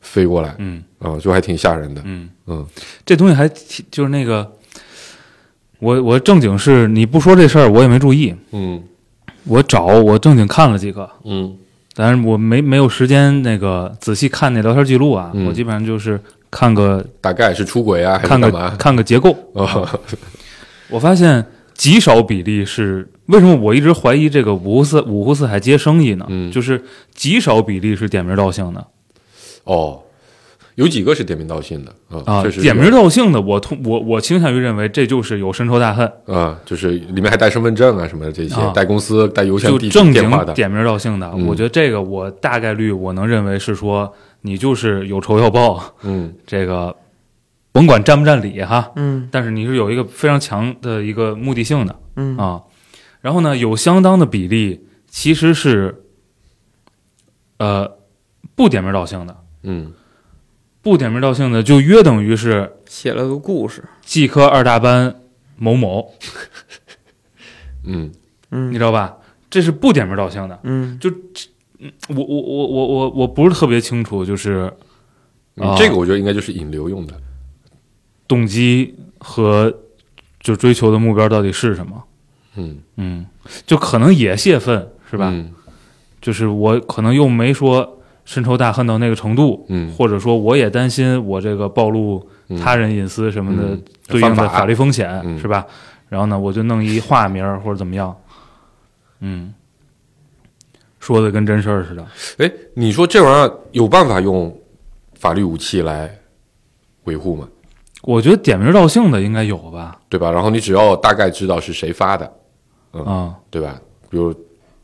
Speaker 5: 飞过来，
Speaker 4: 嗯
Speaker 5: 啊，就还挺吓人的，
Speaker 4: 嗯，
Speaker 5: 嗯
Speaker 4: 这东西还挺就是那个，我我正经是你不说这事儿，我也没注意。
Speaker 5: 嗯
Speaker 4: 我找我正经看了几个，
Speaker 5: 嗯
Speaker 4: 但是我没没有时间那个仔细看那聊天记录啊，
Speaker 5: 嗯
Speaker 4: 我基本上就是看个
Speaker 5: 大概是出轨啊，还是
Speaker 4: 看
Speaker 5: 干
Speaker 4: 个
Speaker 5: 嘛？
Speaker 4: 看个结构。
Speaker 5: 啊，
Speaker 4: 我发现极少比例是为什么我一直怀疑这个五湖四五湖四海皆生意呢？
Speaker 5: 嗯
Speaker 4: 就是极少比例是点名道姓的
Speaker 5: 哦，有几个是点名道姓的啊，
Speaker 4: 啊
Speaker 5: 确，实
Speaker 4: 点名道姓的我通我我倾向于认为这就是有深仇大恨，
Speaker 5: 啊，就是里面还带身份证啊什么的这些，
Speaker 4: 啊
Speaker 5: 带公司、带邮箱
Speaker 4: 就
Speaker 5: 地址、
Speaker 4: 正
Speaker 5: 电话
Speaker 4: 经
Speaker 5: 的，
Speaker 4: 点名道姓的，
Speaker 5: 嗯
Speaker 4: 我觉得这个我大概率我能认为是说你就是有仇要报，
Speaker 5: 嗯
Speaker 4: 这个甭管占不占理哈，
Speaker 3: 嗯
Speaker 4: 但是你是有一个非常强的一个目的性的
Speaker 3: 嗯
Speaker 4: 啊。然后呢，有相当的比例其实是，呃，不点名道姓的，
Speaker 5: 嗯
Speaker 4: 不点名道姓的就约等于是
Speaker 3: 写了个故事，
Speaker 4: 技科二大班某某，
Speaker 5: 嗯
Speaker 3: 嗯
Speaker 4: 你知道吧？这是不点名道姓的。
Speaker 3: 嗯
Speaker 4: 我我我我我我不是特别清楚，就是
Speaker 5: 嗯，
Speaker 4: 啊
Speaker 5: 这个我觉得应该就是引流用的，
Speaker 4: 动机和就追求的目标到底是什么。
Speaker 5: 嗯，
Speaker 4: 嗯，就可能也泄愤是
Speaker 5: 是
Speaker 4: 吧？
Speaker 5: 嗯
Speaker 4: 就是我可能又没说深仇大恨到那个程度，
Speaker 5: 嗯
Speaker 4: 或者说我也担心我这个暴露
Speaker 5: 嗯
Speaker 4: 他人隐私什么的
Speaker 5: 嗯
Speaker 4: 对应
Speaker 5: 犯
Speaker 4: 的
Speaker 5: 法
Speaker 4: 法律风险，
Speaker 5: 嗯
Speaker 4: 是吧？然后呢，我就弄一化名儿或者怎么样，嗯，说的跟真事儿似的。
Speaker 5: 哎，你说这玩意儿有办法用法律武器来维护吗？
Speaker 4: 我觉得点名道姓的应该有吧，
Speaker 5: 对吧？然后你只要大概知道是谁发的，嗯
Speaker 4: 啊、
Speaker 5: 对吧？比如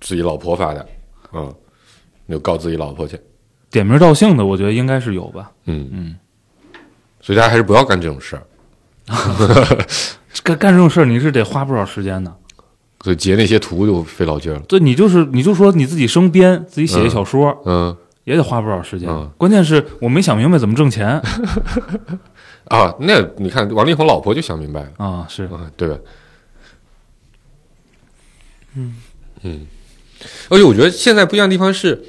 Speaker 5: 自己老婆发的，嗯，你就告自己老婆去，
Speaker 4: 点名道姓的我觉得应该是有吧。
Speaker 5: 嗯嗯，所以大家还是不要干这种事儿。
Speaker 4: 这干干这种事儿你是得花不少时间的。
Speaker 5: 所以截那些图就费老劲儿了。
Speaker 4: 对你就是你就说你自己生编，自己写一小说，
Speaker 5: 嗯
Speaker 4: 也得花不少时间。
Speaker 5: 嗯
Speaker 4: 关键是我没想明白怎么挣钱
Speaker 5: 啊，那你看王力宏老婆就想明白了，
Speaker 4: 啊，是
Speaker 5: 嗯，对吧？嗯嗯，而且我觉得现在不一样的地方是，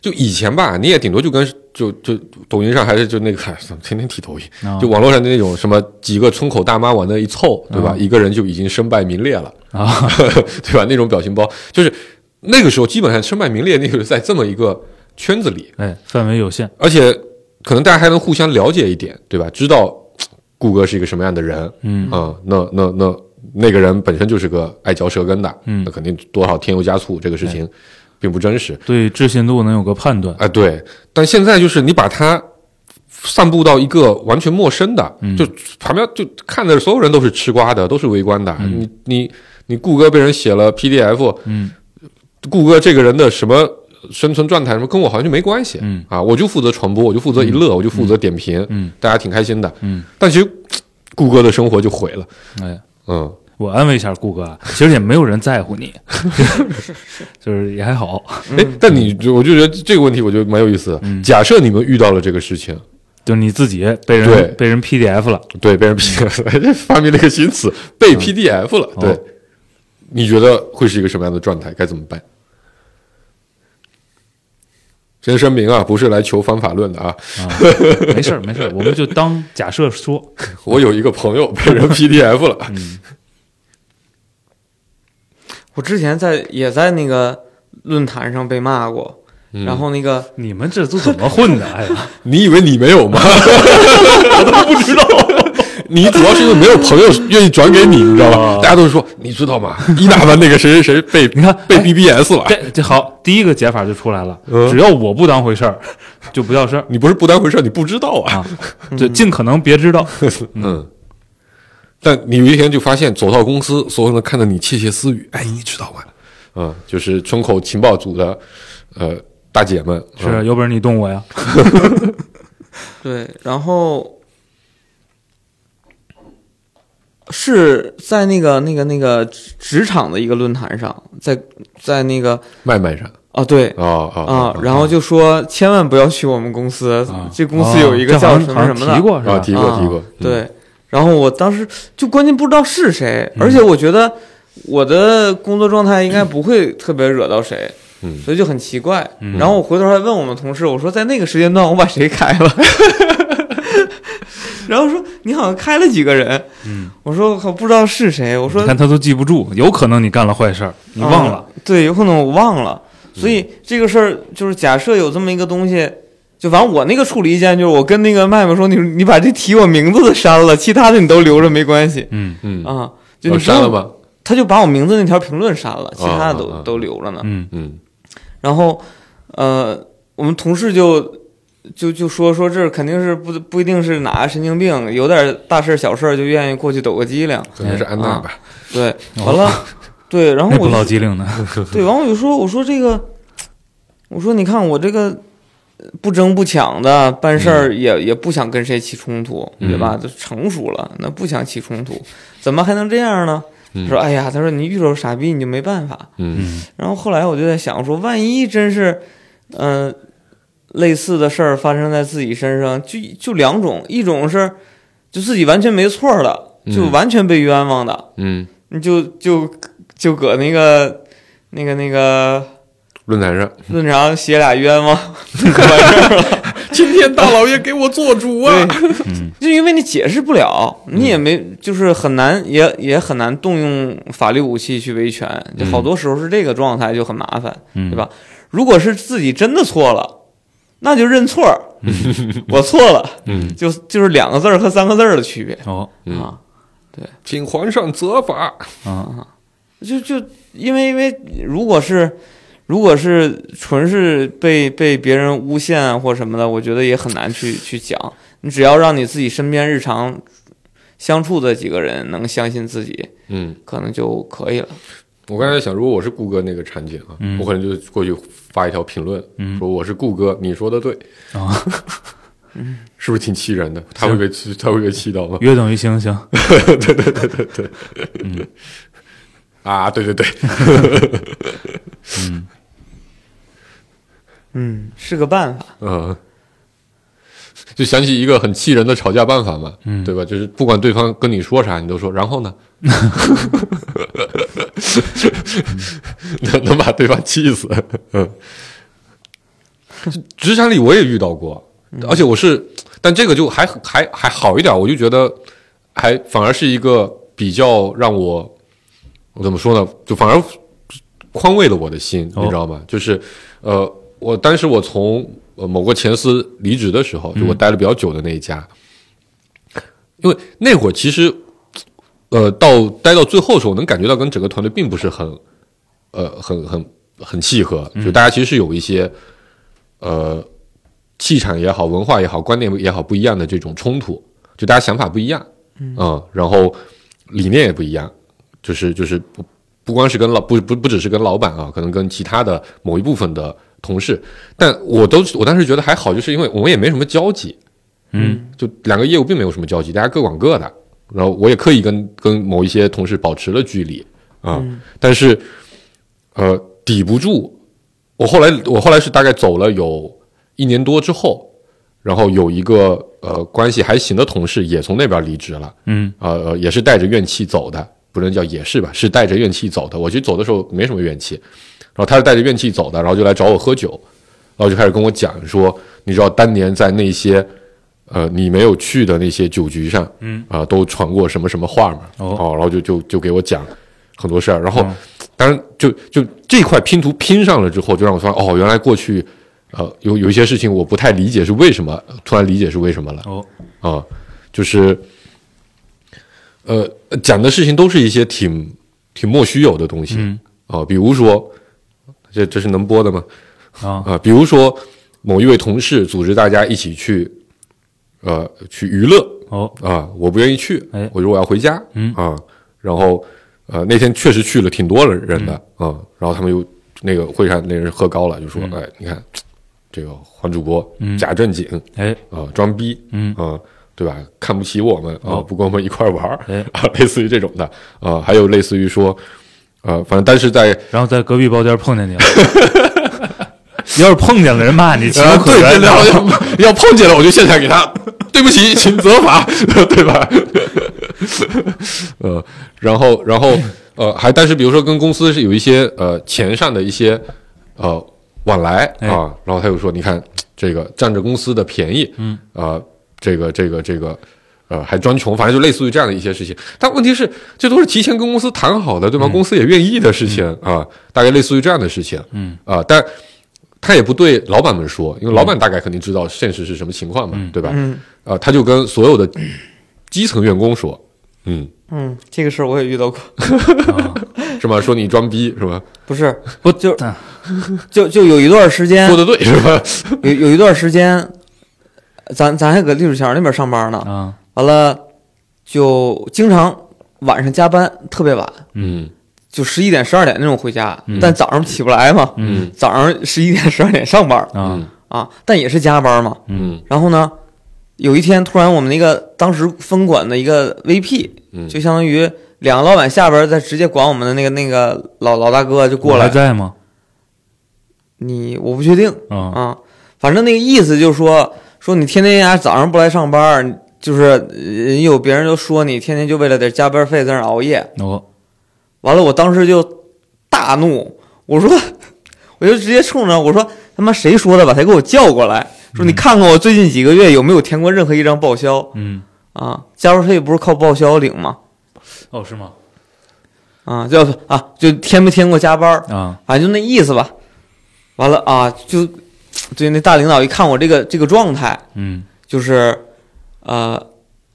Speaker 5: 就以前吧，你也顶多就跟就就抖音上还是就那个，哎怎么天天提抖音？
Speaker 4: 啊
Speaker 5: 就网络上的那种什么几个村口大妈往那一凑，对吧？一个人就已经身败名裂了，
Speaker 4: 啊，
Speaker 5: 对吧？那种表情包，就是那个时候基本上身败名裂，那个是在这么一个圈子里，
Speaker 4: 哎，范围有限，
Speaker 5: 而且可能大家还能互相了解一点，对吧？知道嘖顾哥是一个什么样的人，
Speaker 4: 嗯
Speaker 5: 啊、那那那那个人本身就是个爱嚼舌根的，
Speaker 4: 嗯
Speaker 5: 那肯定多少添油加醋，这个事情并不真实，
Speaker 4: 对置信度能有个判断
Speaker 5: 啊、。对。但现在就是你把它散布到一个完全陌生的，
Speaker 4: 嗯
Speaker 5: 就旁边就看的所有人都是吃瓜的，都是围观的，你你你顾哥被人写了 PDF，
Speaker 4: 嗯
Speaker 5: 顾哥这个人的什么生存状态什么，跟我好像就没关系。
Speaker 4: 嗯
Speaker 5: 啊，我就负责传播，我就负责一乐，我就负责点评，
Speaker 4: 嗯，
Speaker 5: 大家挺开心的。
Speaker 4: 嗯，
Speaker 5: 但其实顾哥的生活就毁了。
Speaker 4: 哎，
Speaker 5: 嗯，
Speaker 4: 我安慰一下顾哥啊，其实也没有人在乎你， 就是也还好。
Speaker 5: 哎，
Speaker 4: 嗯
Speaker 5: 但你就我就觉得这个问题，我觉得蛮有意思的。假设你们遇到了这个事情，
Speaker 4: 就你自己被
Speaker 5: 对
Speaker 4: 人被人 PDF 了，
Speaker 5: 对，被 人 PDF 了，发明了一个新词，被 PDF 了，对，
Speaker 4: 嗯哦
Speaker 5: 你觉得会是一个什么样的状态？该怎么办？先声明啊，不是来求方法论的啊。
Speaker 4: 没事儿没事儿，我们就当假设说，
Speaker 5: 我有一个朋友被人 PDF 了，
Speaker 4: 嗯
Speaker 3: 我之前在也在那个论坛上被骂过，
Speaker 5: 嗯
Speaker 3: 然后那个
Speaker 4: 你们这都怎么混的？哎 呀，
Speaker 5: 你以为你没有吗？ 我都不知道。你主要是因为没有朋友愿意转给你，你知道吧？大家都说你知道吗？一大班那个谁谁谁被
Speaker 4: 哦你看
Speaker 5: 被
Speaker 4: 哎
Speaker 5: BBS 了，
Speaker 4: 这这好，第一个解法就出来了，
Speaker 5: 嗯
Speaker 4: 只要我不当回事儿，就不叫事儿
Speaker 5: 你不是不当回事儿，你不知道啊。
Speaker 4: 啊，就尽可能 别知道。
Speaker 5: 嗯，但你有一天就发现走到公司，所有人都看着你窃窃私语，哎，你知道吗？嗯，就是窗口情报组的呃大姐们，
Speaker 4: 是啊
Speaker 5: 嗯
Speaker 4: 有本事你动我呀！
Speaker 3: 对，然后是在那个那个那个职职场的一个论坛上，在在那个
Speaker 5: 麦麦上
Speaker 3: 啊对
Speaker 4: 哦
Speaker 5: 啊啊
Speaker 3: 啊，然后就说千万不要去我们公司，这公司有一个
Speaker 4: 啊哦这好
Speaker 3: 叫
Speaker 4: 像
Speaker 3: 什么什么
Speaker 4: 好像
Speaker 3: 的
Speaker 4: 提，过是吧？
Speaker 5: 啊提过
Speaker 3: 啊
Speaker 5: 提过，嗯，
Speaker 3: 对，然后我当时就关键不知道是谁，
Speaker 5: 嗯
Speaker 3: 而且我觉得我的工作状态应该不会特别惹到谁，
Speaker 5: 嗯
Speaker 3: 所以就很奇怪。然后我回头还问我们同事，我说在那个时间段我把谁开 了，然后说你好像开了几个人，
Speaker 4: 嗯，
Speaker 3: 我说我靠不知道是谁，我说
Speaker 4: 你看他都记不住，有可能你干了坏事儿，你忘了嗯
Speaker 3: 啊。对，有可能我忘了，所以这个事儿就是假设有这么一个东西。就反正我那个处理意见就是，我跟那个麦麦说，你你把这题我名字的删了，其他的你都留着没关系。
Speaker 4: 嗯
Speaker 5: 嗯，
Speaker 3: 啊，就你
Speaker 5: 我
Speaker 3: 不
Speaker 5: 删了
Speaker 3: 用？
Speaker 5: 吗？
Speaker 3: 他就把我名字那条评论删了，其他的都、
Speaker 5: 啊啊啊
Speaker 3: 都留着呢。
Speaker 4: 哦嗯
Speaker 5: 嗯
Speaker 3: 然后，呃，我们同事就就就说说这肯定是不不一定是哪个神经病，有点大事儿小事儿就愿意过去抖个机灵。
Speaker 5: 可能是安娜吧，
Speaker 3: 对，完了，对，然后
Speaker 4: 哦那不
Speaker 3: 我
Speaker 4: 老
Speaker 3: 就
Speaker 4: 机灵呢。
Speaker 5: 嗯
Speaker 3: 对，完我就说我说这个，我说你看我这个。呃不争不抢的办事
Speaker 5: 嗯
Speaker 3: 儿也、也不想跟谁起冲突，对吧？都成熟了，那不想起冲突，怎么还能这样呢？
Speaker 5: 嗯
Speaker 3: 他说：“哎呀，他说你遇到傻逼你就没办法。”
Speaker 5: 嗯
Speaker 4: 嗯，
Speaker 3: 然后后来我就在想说，万一真是，嗯、类似的事儿发生在自己身上，就就两种，一种是就自己完全没错儿的，就
Speaker 5: 嗯
Speaker 3: 完全被冤枉的，
Speaker 5: 嗯，
Speaker 3: 你就就就搁那个那个那个
Speaker 5: 论坛上，
Speaker 3: 论坛上写俩冤枉，
Speaker 5: 今天大老爷给我做主啊，
Speaker 3: 对，就因为你解释不了，你也没就是很难，也也很难动用法律武器去维权，就好多时候是这个状态就很麻烦，
Speaker 4: 嗯
Speaker 3: 对吧？如果是自己真的错了，那就认错儿，我错了，
Speaker 5: 嗯，
Speaker 3: 就就是两个字儿和三个字儿的区别
Speaker 4: 哦
Speaker 5: 嗯
Speaker 3: 啊，
Speaker 5: 请皇上责罚，
Speaker 4: 啊，
Speaker 3: 就就因为因为如果是。如果是纯是被被别人诬陷啊或什么的，我觉得也很难去去讲。你只要让你自己身边日常相处的几个人能相信自己，
Speaker 5: 嗯。
Speaker 3: 可能就可以了。
Speaker 5: 我刚才想，如果我是顾哥那个场景啊，
Speaker 4: 嗯
Speaker 5: 我可能就过去发一条评论，
Speaker 4: 嗯
Speaker 5: 说我是顾哥，你说的对，
Speaker 4: 啊，
Speaker 5: 是不是挺气人的？他会被气，他会被气到吗？
Speaker 4: 约等于星星。
Speaker 5: 啊，对对 对，
Speaker 3: 嗯，是个办法。
Speaker 5: 嗯，就想起一个很气人的吵架办法嘛，
Speaker 4: 嗯
Speaker 5: 对吧？就是不管对方跟你说啥，你都说然后呢， 能能把对方气死。嗯，职场里我也遇到过，而且我是，但这个就还还还好一点，我就觉得还反而是一个比较让我我怎么说呢，就反而宽慰了我的心，
Speaker 4: 哦
Speaker 5: 你知道吗？就是呃，我当时我从呃某个前司离职的时候，就我待了比较久的那一家，因为那会儿其实呃到待到最后的时候，我能感觉到跟整个团队并不是很呃很很很契合，就大家其实是有一些呃气场也好、文化也好、观念也好不一样的这种冲突，就大家想法不一样，嗯，然后理念也不一样，就是就是不不光是跟老不不不只是跟老板啊，可能跟其他的某一部分的同事，但我都我当时觉得还好，就是因为我们也没什么交集，
Speaker 4: 嗯
Speaker 5: 就两个业务并没有什么交集，大家各管各的。然后我也刻意跟跟某一些同事保持了距离啊，但是呃抵不住。我后来我后来是大概走了有一年多之后，然后有一个呃关系还行的同事也从那边离职了，
Speaker 4: 嗯
Speaker 5: 呃呃也是带着怨气走的，不能叫也是吧，是带着怨气走的。我其实走的时候没什么怨气，然后他是带着怨气走的，然后就来找我喝酒，然后就开始跟我讲说，你知道当年在那些。呃，你没有去的那些酒局上，
Speaker 4: 嗯
Speaker 5: 啊、都传过什么什么话嘛？
Speaker 4: 哦
Speaker 5: 然后就就就给我讲很多事儿，然后
Speaker 4: 嗯
Speaker 5: 当然就就这块拼图拼上了之后，就让我发现哦，原来过去呃有有一些事情我不太理解是为什么，突然理解是为什么了
Speaker 4: 哦，
Speaker 5: 啊、就是呃讲的事情都是一些挺挺莫须有的东西
Speaker 4: 嗯
Speaker 5: 啊、比如说这这是能播的吗？
Speaker 4: 啊
Speaker 5: 啊、比如说某一位同事组织大家一起去呃去娱乐，
Speaker 4: 哦
Speaker 5: 啊，我不愿意去，
Speaker 4: 哎
Speaker 5: 我说我要回家，
Speaker 4: 嗯
Speaker 5: 啊，然后呃那天确实去了挺多人人的，
Speaker 4: 嗯
Speaker 5: 啊，然后他们又那个会上那人喝高了，就说，哎，你看这个黄主播
Speaker 4: 嗯
Speaker 5: 假正经
Speaker 4: 哎
Speaker 5: 啊，装逼
Speaker 4: 嗯
Speaker 5: 啊，对吧？看不起我们啊，
Speaker 4: 哦
Speaker 5: 不跟我们一块儿玩儿
Speaker 4: 哎
Speaker 5: 啊，类似于这种的啊，还有类似于说。呃，反正但是在
Speaker 4: 然后在隔壁包间碰见你了， 要是碰见了人骂你，情
Speaker 5: 呃
Speaker 4: 有可
Speaker 5: 对，
Speaker 4: 原
Speaker 5: 真的要
Speaker 4: 啊的。
Speaker 5: 要 要碰见了，我就现场给他，对不起，请责罚， 对吧？呃，然后，然后，呃，还但是比如说跟公司是有一些呃钱上的一些呃往来啊，
Speaker 4: 哎
Speaker 5: 然后他又说，你看这个占着公司的便宜，嗯，啊，这个这个这个。呃，还装穷，反正就类似于这样的一些事情。但问题是，这都是提前跟公司谈好的，对吧？公司也愿意的事情啊、大概类似于这样的事情。
Speaker 4: 嗯
Speaker 5: 啊、但他也不对老板们说，因为老板大概肯定知道现实是什么情况嘛，对吧？
Speaker 3: 嗯
Speaker 5: 呃，他就跟所有的基层员工说，嗯，
Speaker 3: 嗯，这个事儿我也遇到过，
Speaker 5: 是吧？说你装逼是吧？
Speaker 3: 不是，
Speaker 4: 不
Speaker 3: 就
Speaker 4: 但
Speaker 3: 就就有一段时间
Speaker 5: 说，的对是吧？
Speaker 3: 有有一段时间，咱咱还搁栗水桥那边上班呢，
Speaker 4: 啊，
Speaker 3: 完了就经常晚上加班，特别晚，
Speaker 5: 嗯
Speaker 3: 就十一点十二点那种回家，
Speaker 4: 嗯
Speaker 3: 但早上起不来嘛，
Speaker 5: 嗯
Speaker 3: 早上十一点十二点上班
Speaker 4: 啊
Speaker 3: 啊，但也是加班嘛。
Speaker 5: 嗯
Speaker 3: 然后呢，有一天突然我们那个当时分管的一个 VP，
Speaker 5: 嗯，
Speaker 3: 就相当于两个老板下边儿再直接管我们的那个那个老老大哥就过
Speaker 4: 我还
Speaker 3: 来，
Speaker 4: 在吗？
Speaker 3: 你我不确定
Speaker 4: 啊
Speaker 3: 啊，反正那个意思就是说说你天天呀早上不来上班儿，你就是呃有别人就说你天天就为了点加班费在那儿熬夜。
Speaker 4: 我
Speaker 3: 完了，我当时就大怒，我说 我就直接冲着我说他妈谁说的把他给我叫过来，说你看看我最近几个月有没有填过任何一张报销
Speaker 4: 嗯
Speaker 3: 啊？加班费不是靠报销领吗？
Speaker 4: 哦是吗？
Speaker 3: 啊，就啊就填没填过加班儿，
Speaker 4: 啊
Speaker 3: 反正就那意思吧。完了啊，就对那大领导一看我这个这个状态，
Speaker 4: 嗯
Speaker 3: 就是呃，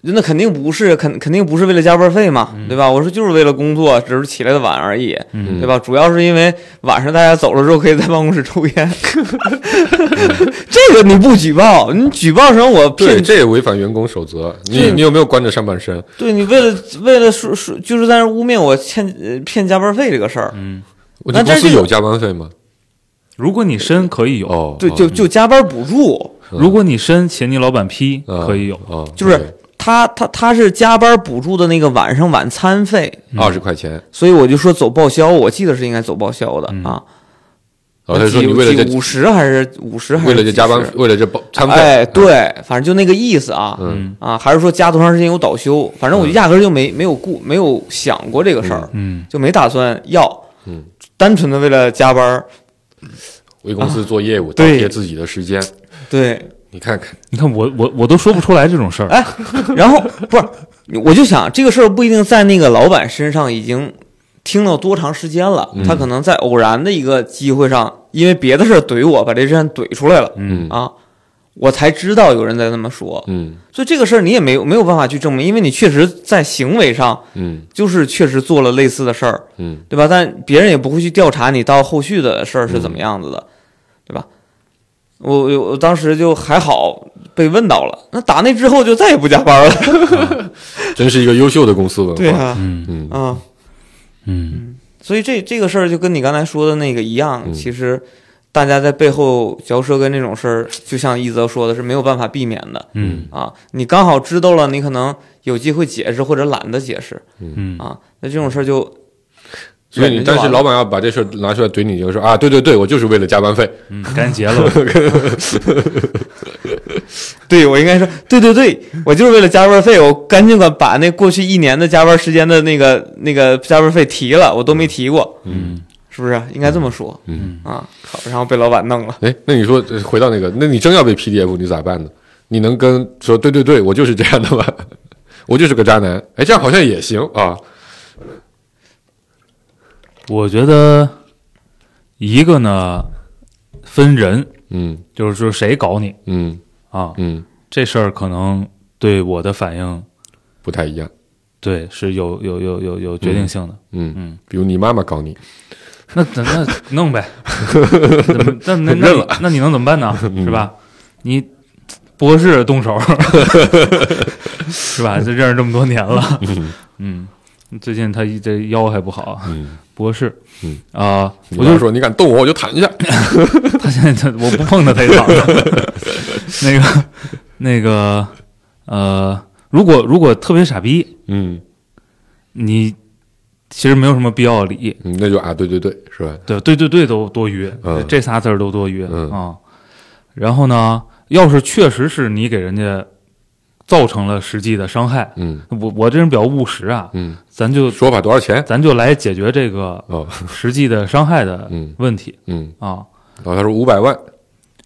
Speaker 3: 那肯定不是肯肯定不是为了加班费嘛，对吧？我说就是为了工作，只是起来的晚而已，
Speaker 4: 嗯
Speaker 3: 对吧？主要是因为晚上大家走了之后可以在办公室抽 烟，这个你不举报，你举报成我
Speaker 5: 对，
Speaker 3: 骗
Speaker 5: 这也违反员工守则。你
Speaker 3: 是
Speaker 5: 你有没有光着上半身？
Speaker 3: 对你为了为了说说就是在那污蔑我欠呃骗加班费这个事儿，
Speaker 4: 嗯，
Speaker 5: 我
Speaker 3: 那
Speaker 5: 这公
Speaker 3: 这
Speaker 5: 司
Speaker 3: 就
Speaker 5: 有加班费吗？
Speaker 4: 如果你申可以有，
Speaker 5: 哦，
Speaker 3: 对，就就加班补助，
Speaker 4: 如果你申且你老板批
Speaker 5: 啊
Speaker 4: 可以有，
Speaker 5: 哦，
Speaker 3: 就是他他他是加班补助的那个晚上晚餐费，
Speaker 4: 嗯
Speaker 5: 二十块钱。
Speaker 3: 所以我就说走报销，我记得是应该走报销的
Speaker 4: 嗯
Speaker 3: 啊。
Speaker 5: 然后哦他说
Speaker 3: 几
Speaker 5: 你为了
Speaker 3: 几
Speaker 5: 这
Speaker 3: 五十还是五十还 是
Speaker 5: 为了这加班
Speaker 3: 几十，
Speaker 5: 为了这包餐费，
Speaker 3: 哎，对，反正就那个意思啊。
Speaker 5: 嗯
Speaker 4: 嗯
Speaker 3: 啊，还是说加多长时间有倒休？反正我就压根儿就没没有顾没有想过这个事儿，
Speaker 4: 嗯
Speaker 3: 就没打算要，
Speaker 5: 嗯，
Speaker 3: 单纯的为了加班儿。
Speaker 5: 为公司做业务，倒
Speaker 3: 对
Speaker 5: 贴自己的时间。
Speaker 3: 对，
Speaker 5: 你看看，
Speaker 4: 你看我我我都说不出来这种事儿，
Speaker 3: 哎，然后不是，我就想这个事儿不一定在那个老板身上已经听到多长时间了，
Speaker 5: 嗯
Speaker 3: 他可能在偶然的一个机会上，因为别的事儿怼我，把这事儿怼出来了
Speaker 5: 嗯
Speaker 3: 啊，我才知道有人在那么说。
Speaker 5: 嗯
Speaker 3: 所以这个事儿你也没有没有办法去证明，因为你确实在行为上
Speaker 5: 嗯
Speaker 3: 就是确实做了类似的事儿，
Speaker 5: 嗯
Speaker 3: 对吧？但别人也不会去调查你到后续的事儿是怎么样子的，对吧？我我我当时就还好被问到了，那打那之后就再也不加班了。
Speaker 5: 真是一个优秀的公司文 化。
Speaker 3: 对啊，
Speaker 4: 嗯
Speaker 5: 嗯
Speaker 3: 啊，
Speaker 4: 嗯
Speaker 3: 所以这这个事儿就跟你刚才说的那个一样，
Speaker 5: 嗯
Speaker 3: 其实大家在背后嚼舌根这种事儿，就像一泽说的是没有办法避免的
Speaker 4: 嗯
Speaker 3: 啊。你刚好知道了，你可能有机会解释或者懒得解释。
Speaker 4: 嗯
Speaker 3: 啊，那这种事儿就
Speaker 5: 因为你
Speaker 3: 对
Speaker 5: 但是
Speaker 3: 就完了
Speaker 5: 老板要把这事儿拿出来怼你，就说啊，对对对，我就是为了加班费，
Speaker 4: 嗯，赶紧结了吧。
Speaker 3: 对我应该说，对对对，我就是为了加班费，我赶紧的把那过去一年的加班时间的那个那个加班费提了，我都没提过，
Speaker 4: 嗯，
Speaker 3: 是不是？应该这么说
Speaker 5: 嗯
Speaker 3: 啊，好然后被老板弄了，
Speaker 5: 哎，那你说呃回到那个，那你真要被 PDF，你咋办呢？你能跟说对对对，我就是这样的吗？ 我就是个渣男，哎，这样好像也行啊。
Speaker 4: 我觉得一个呢分人，
Speaker 5: 嗯
Speaker 4: 就是说谁搞你
Speaker 5: 嗯
Speaker 4: 啊，
Speaker 5: 嗯，
Speaker 4: 这事儿可能对我的反应
Speaker 5: 不太一样。
Speaker 4: 对是有有有有有决定性的。
Speaker 5: 嗯
Speaker 4: 嗯，
Speaker 5: 比如你妈妈搞你，
Speaker 4: 那那那弄 呗，怎么那那那
Speaker 5: 嗯认嗯
Speaker 4: 你那你能怎么办呢？是吧？你不合适动手，是 吧？这认识这么多年了，嗯，最近他一这腰还不好，
Speaker 5: 嗯，
Speaker 4: 不合适，
Speaker 5: 嗯
Speaker 4: 啊，
Speaker 5: 你
Speaker 4: 我
Speaker 5: 妈
Speaker 4: 就
Speaker 5: 说你敢动我，我就弹一下。
Speaker 4: 他现在他我不碰他，他也躺着。 那个那个呃，如果如果特别傻逼，
Speaker 5: 嗯，
Speaker 4: 你其实没有什么必要理，
Speaker 5: 嗯那就啊，对对对，是吧？
Speaker 4: 对对对对，都多余，
Speaker 5: 嗯
Speaker 4: 这仨字儿都多余啊、
Speaker 5: 嗯
Speaker 4: 然后呢，要是确实是你给人家造成了实际的伤害，
Speaker 5: 嗯
Speaker 4: 我我这人比较务实啊，
Speaker 5: 嗯，
Speaker 4: 咱就
Speaker 5: 说吧，多少钱？
Speaker 4: 咱就来解决这个
Speaker 5: 哦，
Speaker 4: 实际的伤害的
Speaker 5: 嗯
Speaker 4: 问题
Speaker 5: 嗯，
Speaker 4: 啊。
Speaker 5: 然后他说五百万，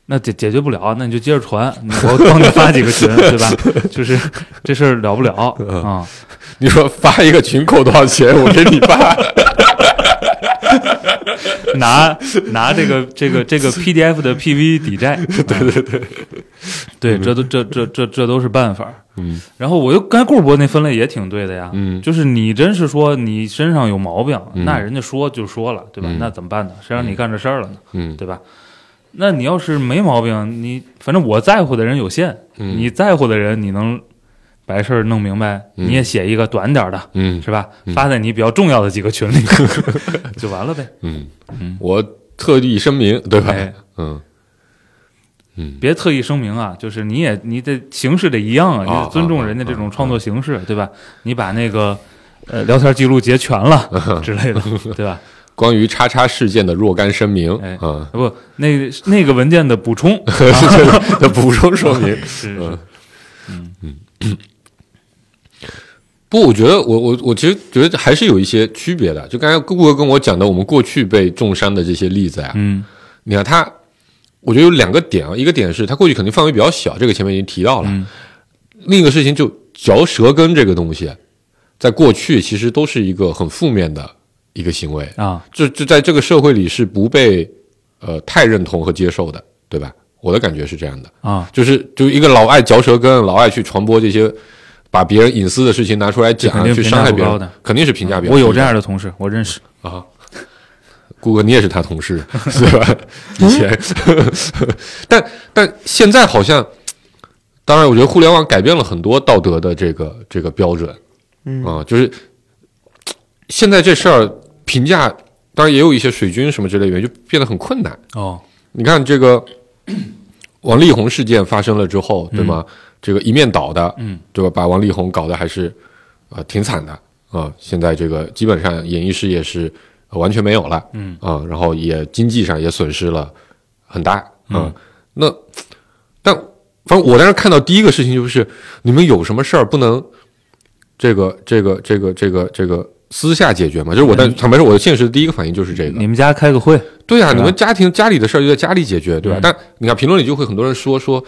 Speaker 4: 那解解决不了，那你就接着传，我帮你发几个群，对吧？就是这事儿了不了
Speaker 5: 嗯
Speaker 4: 啊、
Speaker 5: 你说发一个群扣多少钱？我给你发。
Speaker 4: 拿拿这个这个这 个 PDF 的 PV 抵债，对对对，对，这都这这这这都是办法。
Speaker 5: 嗯
Speaker 4: 然后我又刚才顾博那分类也挺对的呀，
Speaker 5: 嗯
Speaker 4: 就是你真是说你身上有毛病，
Speaker 5: 嗯
Speaker 4: 那人家说就说了，对吧？
Speaker 5: 嗯
Speaker 4: 那怎么办呢？谁让你干这事儿了呢？
Speaker 5: 嗯
Speaker 4: 对吧？那你要是没毛病，你反正我在乎的人有限，
Speaker 5: 嗯
Speaker 4: 你在乎的人你能把事儿弄明白，
Speaker 5: 嗯
Speaker 4: 你也写一个短点儿的，
Speaker 5: 嗯
Speaker 4: 是吧？
Speaker 5: 嗯
Speaker 4: 发在你比较重要的几个群里， 就完了呗。
Speaker 5: 嗯
Speaker 4: 嗯，
Speaker 5: 我特地声明，对吧
Speaker 4: 哎？
Speaker 5: 嗯嗯
Speaker 4: 别特意声明啊，就是你也你得形式得一样啊，你啊
Speaker 5: 啊
Speaker 4: 得尊重人家这种创作形式，对吧？你把那个呃聊天记录截全 了之类的，对吧？
Speaker 5: 关于叉叉事件的若干声明
Speaker 4: 哎
Speaker 5: 啊，
Speaker 4: 不，那那个文件的补 充
Speaker 5: 的补充说明。
Speaker 4: 是是
Speaker 5: 嗯不，我觉得我我我其实觉得还是有一些区别的。就刚才顾哥跟我讲的，我们过去被重伤的这些例子呀、啊
Speaker 4: 嗯
Speaker 5: 你看他，我觉得有两个点啊，一个点是他过去肯定范围比较小，这个前面已经提到了。
Speaker 4: 嗯
Speaker 5: 另一个事情就嚼舌根这个东西，在过去其实都是一个很负面的一个行为，
Speaker 4: 啊
Speaker 5: 这这在这个社会里是不被呃太认同和接受的，对吧？我的感觉是这样的。
Speaker 4: 啊
Speaker 5: 就是就一个老爱嚼舌根，老爱去传播这些把别人隐私的事情拿出来
Speaker 4: 这肯
Speaker 5: 讲，
Speaker 4: 定
Speaker 5: 去
Speaker 4: 评
Speaker 5: 伤
Speaker 4: 价
Speaker 5: 害
Speaker 4: 不
Speaker 5: 别
Speaker 4: 高
Speaker 5: 人
Speaker 4: 的，嗯
Speaker 5: 肯定是评价别人。
Speaker 4: 我有这样的同事，我认识，
Speaker 5: 啊，顾哥，你也是他同事对吧？以前，但但现在好像，当然，我觉得互联网改变了很多道德的这个这个标准
Speaker 3: 嗯
Speaker 5: 啊，就是现在这事儿评价，当然也有一些水军什么之类的原因，就变得很困难。
Speaker 4: 哦，
Speaker 5: 你看 这个王力宏事件发生了之后，对吗？这个一面倒的，
Speaker 4: 嗯，
Speaker 5: 对吧？把王力宏搞得还是呃挺惨的啊、现在这个基本上演艺事业是、呃完全没有了，
Speaker 4: 嗯
Speaker 5: 啊、然后也经济上也损失了很大，啊
Speaker 4: 嗯
Speaker 5: 那但反正我当时看到第一个事情就是，你们有什么事儿不能这个这个这个这个这个私下解决吗？就是我
Speaker 4: 嗯
Speaker 5: 在坦白说，我的现实的第一个反应就是这个，
Speaker 4: 你们家开个会，
Speaker 5: 对啊，
Speaker 4: 是吧
Speaker 5: 你们家庭家里的事儿就在家里解决，对吧？
Speaker 4: 嗯
Speaker 5: 但你看评论里就会很多人说说，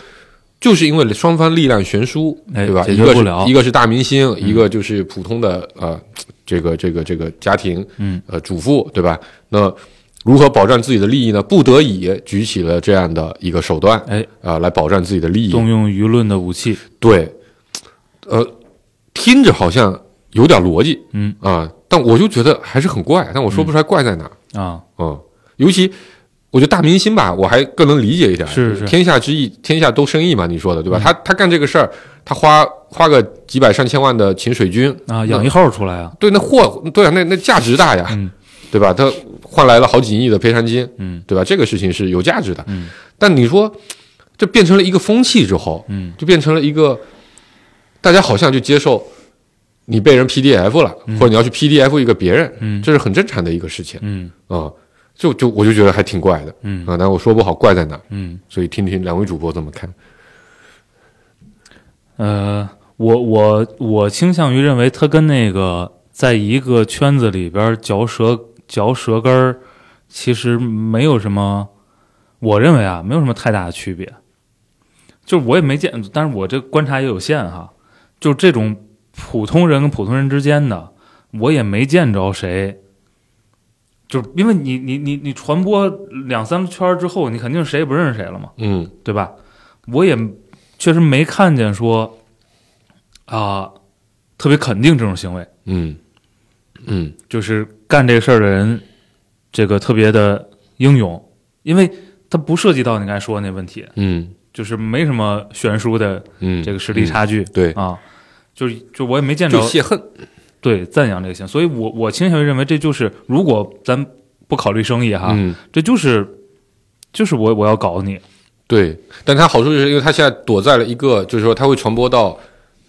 Speaker 5: 就是因为双方力量悬殊，
Speaker 4: 哎
Speaker 5: 对吧？
Speaker 4: 解
Speaker 5: 一
Speaker 4: 决
Speaker 5: 个
Speaker 4: 不
Speaker 5: 是
Speaker 4: 了嗯
Speaker 5: 一个是大明星，一个就是普通的呃这个这个这个家庭，
Speaker 4: 嗯，
Speaker 5: 呃主妇，对吧？那如何保障自己的利益呢？不得已举起了这样的一个手段，
Speaker 4: 哎，
Speaker 5: 啊、来保障自己的利益。
Speaker 4: 动用舆论的武器，
Speaker 5: 对，呃，听着好像有点逻辑
Speaker 4: 嗯
Speaker 5: 啊、但我就觉得还是很怪，但我说不出来怪在哪。
Speaker 4: 啊，
Speaker 5: 嗯，尤其我觉得大明星吧，我还更能理解一点。
Speaker 4: 是嗯是
Speaker 5: 天下之意，天下都生意嘛，你说的对吧？他他干这个事儿，他花花个几百上千万的请水军
Speaker 4: 啊，养一号出来啊，
Speaker 5: 对，那货对啊，那那价值大呀，
Speaker 4: 嗯
Speaker 5: 对吧？他换来了好几亿的赔偿金，
Speaker 4: 嗯
Speaker 5: 对吧？这个事情是有价值的。
Speaker 4: 嗯
Speaker 5: 但你说这变成了一个风气之后，
Speaker 4: 嗯
Speaker 5: 就变成了一个大家好像就接受你被人 PDF 了，或者你要去 PDF 一个别人，
Speaker 4: 嗯
Speaker 5: 这是很正常的一个事情
Speaker 4: 嗯
Speaker 5: 啊、就就我就觉得还挺怪的，
Speaker 4: 嗯
Speaker 5: 啊，但我说不好怪在哪儿，
Speaker 4: 嗯
Speaker 5: 所以听听两位主播怎么看。
Speaker 4: 呃，我我我倾向于认为它跟那个在一个圈子里边嚼舌嚼舌根儿，其实没有什么，我认为啊，没有什么太大的区别。就是我也没见，但是我这观察也有限哈。就这种普通人跟普通人之间的，我也没见着谁。就是因为你你你你传播两三圈儿之后，你肯定谁也不认识谁了嘛。
Speaker 5: 嗯
Speaker 4: 对吧？我也确实没看见说啊、特别肯定这种行为，
Speaker 5: 嗯嗯
Speaker 4: 就是干这事儿的人这个特别的英勇，因为它不涉及到你刚才说的那问题，
Speaker 5: 嗯
Speaker 4: 就是没什么悬殊的
Speaker 5: 嗯，
Speaker 4: 这个实力
Speaker 5: 嗯、
Speaker 4: 差距、
Speaker 5: 对，
Speaker 4: 啊，就是就我也没见着
Speaker 5: 就泄恨，
Speaker 4: 对赞扬这个行为，所以我我倾向于认为这就是如果咱不考虑生意哈，
Speaker 5: 嗯，
Speaker 4: 这就是就是我我要搞你，
Speaker 5: 对，但它好处就是因为它现在躲在了一个，就是说它会传播到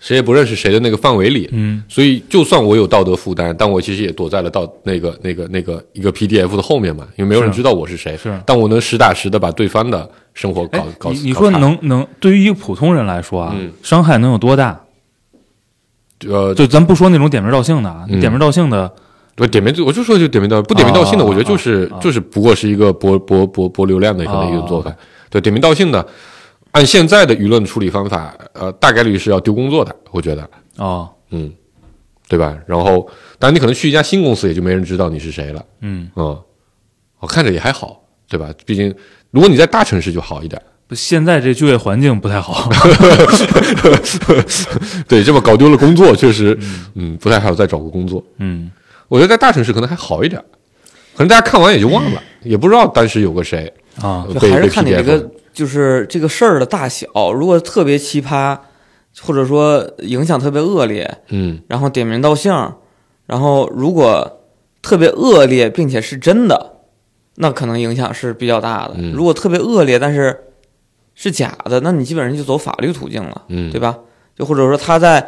Speaker 5: 谁也不认识谁的那个范围里，
Speaker 4: 嗯
Speaker 5: 所以就算我有道德负担，但我其实也躲在了到那个那个那个一个 PDF 的后面嘛，因为没有人
Speaker 4: 是啊
Speaker 5: 知道我是谁，
Speaker 4: 是
Speaker 5: 但我能实打实的把对方的生活搞
Speaker 4: 哎
Speaker 5: 搞
Speaker 4: 你你
Speaker 5: 搞
Speaker 4: 说
Speaker 5: 差
Speaker 4: 能能对于一个普通人来说啊，
Speaker 5: 嗯
Speaker 4: 伤害能有多大？
Speaker 5: 呃，
Speaker 4: 就咱不说那种点名道姓的啊，
Speaker 5: 嗯
Speaker 4: 点名道姓的，
Speaker 5: 不点名，我就说就点名道，不点名道姓的，
Speaker 4: 啊
Speaker 5: 我觉得就是、
Speaker 4: 啊啊
Speaker 5: 就是不过是一个博博博博流量的可能一
Speaker 4: 啊
Speaker 5: 种做法。对，点名道姓的，按现在的舆论处理方法，呃，大概率是要丢工作的，我觉得，
Speaker 4: 哦，
Speaker 5: 嗯，对吧？然后，当然你可能去一家新公司，也就没人知道你是谁了，
Speaker 4: 嗯，
Speaker 5: 嗯，我看着也还好，对吧？毕竟如果你在大城市就好一点，
Speaker 4: 不现在这就业环境不太 好，
Speaker 5: 对，这么搞丢了工作，确实，嗯，不太好再找个工作。
Speaker 4: 嗯
Speaker 5: 我觉得在大城市可能还好一点，可能大家看完也就忘 了，也不知道当时有个谁。
Speaker 4: 啊，
Speaker 5: 呃
Speaker 3: 就
Speaker 5: 被
Speaker 3: 还是
Speaker 5: 被
Speaker 3: 看你这
Speaker 5: PDF
Speaker 3: 个就是这个事儿的大小。如果特别奇葩，或者说影响特别恶劣，
Speaker 5: 嗯
Speaker 3: 然后点名道姓，然后如果特别恶劣并且是真的，那可能影响是比较大的。
Speaker 5: 嗯
Speaker 3: 如果特别恶劣但是是假的，那你基本上就走法律途径了，
Speaker 5: 嗯，
Speaker 3: 对吧？就或者说他在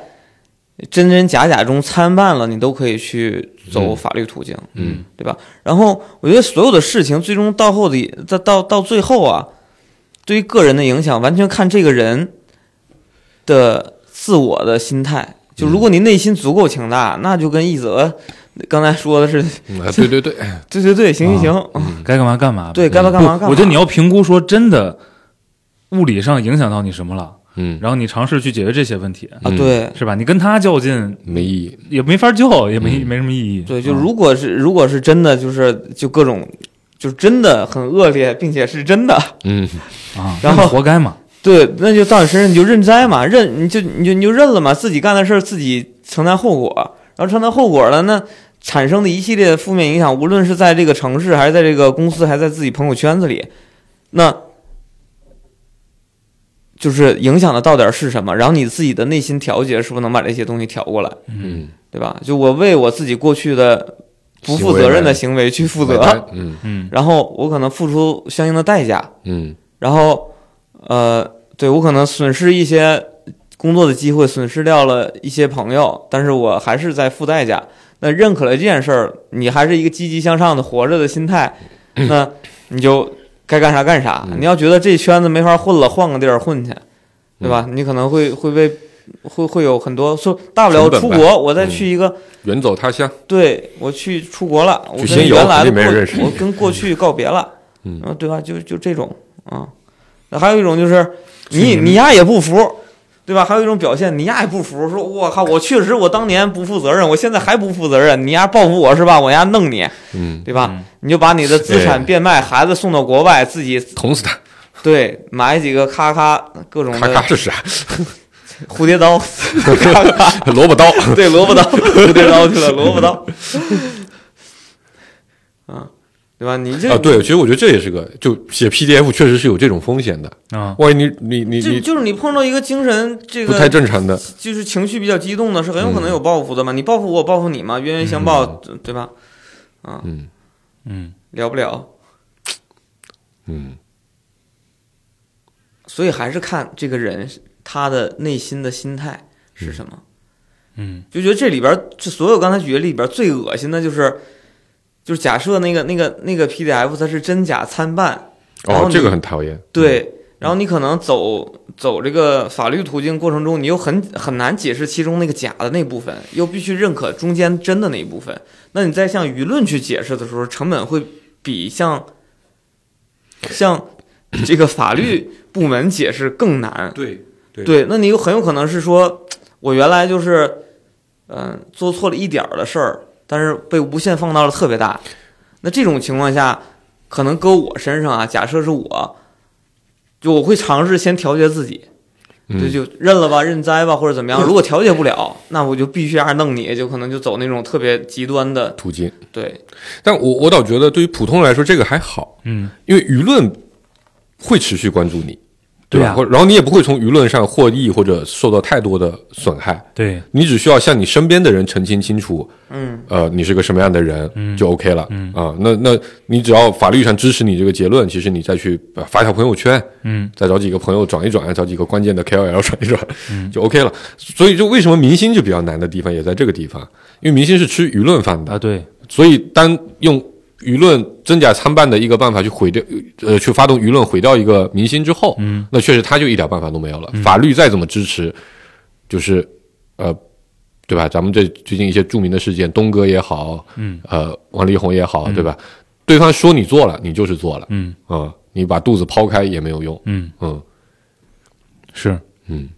Speaker 3: 真真假假中参半了，你都可以去走
Speaker 5: 嗯
Speaker 3: 法律途径。
Speaker 5: 嗯
Speaker 3: 对吧？然后我觉得所有的事情最终到后的到到到最后啊，对于个人的影响完全看这个人的自我的心态。就如果你内心足够强大，那就跟一泽刚才说的是，
Speaker 5: 嗯，啊对 对对，
Speaker 3: 对对对，行行行，
Speaker 5: 嗯
Speaker 4: 该干嘛干嘛呗，
Speaker 3: 对该干嘛干嘛干嘛。
Speaker 4: 我觉得你要评估说真的，物理上影响到你什么了，
Speaker 5: 嗯，
Speaker 4: 然后你尝试去解决这些问题，
Speaker 3: 啊，
Speaker 5: 嗯
Speaker 3: 对
Speaker 4: 是吧？你跟他较劲
Speaker 5: 没意义。
Speaker 4: 也没法较，也没
Speaker 5: 嗯
Speaker 4: 没什么意义。
Speaker 3: 对，就
Speaker 4: 嗯
Speaker 3: 如果是如果是真的，就是就各种。就真的很恶劣，并且是真的，
Speaker 5: 嗯
Speaker 4: 啊，
Speaker 3: 然
Speaker 4: 那
Speaker 3: 后
Speaker 4: 活该嘛，
Speaker 3: 对，那就到你身上你就认栽嘛，认你就你就你就认了嘛，自己干的事儿自己承担后果，然后承担后果了，那产生的一系列负面影响，无论是在这个城市，还是在这个公司，还是在自己朋友圈子里，那就是影响的到底儿是什么，然后你自己的内心调节是不是能把这些东西调过来，
Speaker 5: 嗯，
Speaker 3: 对吧？就我为我自己过去的不负责任的行为去负
Speaker 5: 负
Speaker 3: 责，。
Speaker 5: 嗯
Speaker 4: 嗯
Speaker 3: 然后我可能付出相应的代价，
Speaker 5: 嗯
Speaker 3: 然后，呃，对我可能损失一些工作的机会，损失掉了一些朋友，但是我还是在付代价。那认可了这件事儿，你还是一个积极向上的活着的心态，那你就该干啥干啥。
Speaker 5: 嗯
Speaker 3: 你要觉得这圈子没法混了，换个地儿混去，对吧？
Speaker 5: 嗯
Speaker 3: 你可能会会被会会有很多说，大不了我
Speaker 5: 成
Speaker 3: 出
Speaker 5: 本吧
Speaker 3: 国，我再
Speaker 5: 嗯
Speaker 3: 去一个
Speaker 5: 远走他乡。
Speaker 3: 对我去出国了，我
Speaker 5: 去
Speaker 3: 跟
Speaker 5: 新游
Speaker 3: 原来的
Speaker 5: 肯定没人认识
Speaker 3: 过，我跟过去告别了，
Speaker 5: 嗯
Speaker 3: 啊，对吧？就就这种啊，那还有一种就是你你丫也不服，对吧？还有一种表现，你丫也不服，说我靠，我确实我当年不负责任，我现在还不负责任，你丫报复我是吧？我丫弄你，
Speaker 5: 嗯，
Speaker 3: 对吧
Speaker 4: 嗯？
Speaker 3: 你就把你的资产变卖，孩子送到国外，自己
Speaker 5: 捅死 他！
Speaker 3: 对买几个咔咔各种
Speaker 5: 咔咔
Speaker 3: 的
Speaker 5: 是啥？
Speaker 3: 蝴蝶刀，咔咔
Speaker 5: 萝卜刀。
Speaker 3: 对，萝卜刀，蝴蝶刀去了，萝卜刀。啊， 对吧？你这
Speaker 5: 啊，对，其实我觉得这也是个，就写 PDF 确实是有这种风险的。
Speaker 4: 啊，
Speaker 5: 万一你你你
Speaker 3: 嗯就
Speaker 5: 你
Speaker 3: 就是你碰到一个精神这
Speaker 5: 不
Speaker 3: 个
Speaker 5: 太正嗯常的，
Speaker 3: 就是情绪比较激动的，是很有可能有报复的嘛。你报复我，我报复你嘛，冤冤相报，对对吧？啊，
Speaker 5: 嗯
Speaker 4: 嗯，
Speaker 3: 了不了。
Speaker 5: 嗯
Speaker 3: 所以还是看这个人他的内心的心态是什么。
Speaker 4: 嗯
Speaker 3: 就觉得这里边儿这所有刚才举的例里边儿最恶心的就是，就是假设那个那个那个 PDF 它是真假参半，然后
Speaker 5: 哦，
Speaker 3: 你
Speaker 5: 这个很讨厌。嗯
Speaker 3: 对，然后你可能走走这个法律途径过程中，你又很很难解释其中那个假的那部分，又必须认可中间真的那一部分。那你再向舆论去解释的时候，成本会比向向这个法律部门解释更难。
Speaker 6: 对对
Speaker 3: 对，那你有很有可能是说，我原来就是，嗯、做错了一点儿的事儿，但是被无限放大了特别大。那这种情况下，可能搁我身上啊，假设是我，就我会尝试先调节自己，
Speaker 5: 嗯，
Speaker 3: 就就认了吧，认栽吧，或者怎么 样。如果调节不了，那我就必须按弄你，就可能就走那种特别极端的，
Speaker 5: 途径。
Speaker 3: 对，
Speaker 5: 但我我倒觉得，对于普通人来说，这个还好，
Speaker 4: 嗯，
Speaker 5: 因为舆论会持续关注你，
Speaker 4: 对
Speaker 5: 对吧？
Speaker 4: 啊
Speaker 5: 或然后你也不会从舆论上获益或者受到太多的损害，
Speaker 4: 对，
Speaker 5: 你只需要向你身边的人澄清清楚，
Speaker 3: 嗯，
Speaker 5: 呃，你是个什么样的人，
Speaker 4: 嗯
Speaker 5: 就 OK 了，
Speaker 4: 嗯
Speaker 5: 啊、那那你只要法律上支持你这个结论，其实你再去呃发条朋友圈，
Speaker 4: 嗯
Speaker 5: 再找几个朋友转一转，找几个关键的 KOL 转一转，
Speaker 4: 嗯
Speaker 5: 就 OK 了。所以就为什么明星就比较难的地方也在这个地方，因为明星是吃舆论饭的
Speaker 4: 啊，对，
Speaker 5: 所以当用舆论真假参半的一个办法去毁掉，呃，去发动舆论毁掉一个明星之后，
Speaker 4: 嗯，
Speaker 5: 那确实他就一点办法都没有了。法律再怎么支持，就是呃，对吧？咱们这最近一些著名的事件，东哥也好，
Speaker 4: 嗯，
Speaker 5: 呃，王力宏也好，对吧？对方说你做了，你就是做了，
Speaker 4: 嗯
Speaker 5: 啊、你把肚子抛开也没有用，
Speaker 4: 嗯
Speaker 5: 嗯
Speaker 4: 是，
Speaker 5: 嗯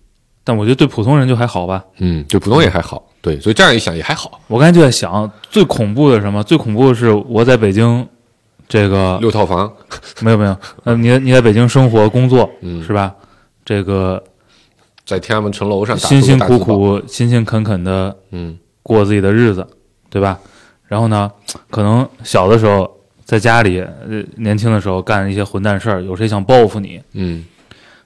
Speaker 4: 但我觉得对普通人就还好吧。
Speaker 5: 嗯，对，普通也还好，对，所以这样一想也还好，
Speaker 4: 我刚才就在想，最恐怖的是什么？最恐怖的是我在北京，这个
Speaker 5: 六套房，
Speaker 4: 没有没有，呃，你在你在北京生活工作
Speaker 5: 嗯，
Speaker 4: 是吧？这个
Speaker 5: 在天安门城楼上打出
Speaker 4: 辛
Speaker 5: 个
Speaker 4: 辛
Speaker 5: 大
Speaker 4: 苦
Speaker 5: 字报，
Speaker 4: 苦、勤勤恳恳的
Speaker 5: 嗯
Speaker 4: 过自己的日子，对吧？然后呢，可能小的时候在家里，呃，年轻的时候干一些混蛋事儿，有谁想报复你？
Speaker 5: 嗯，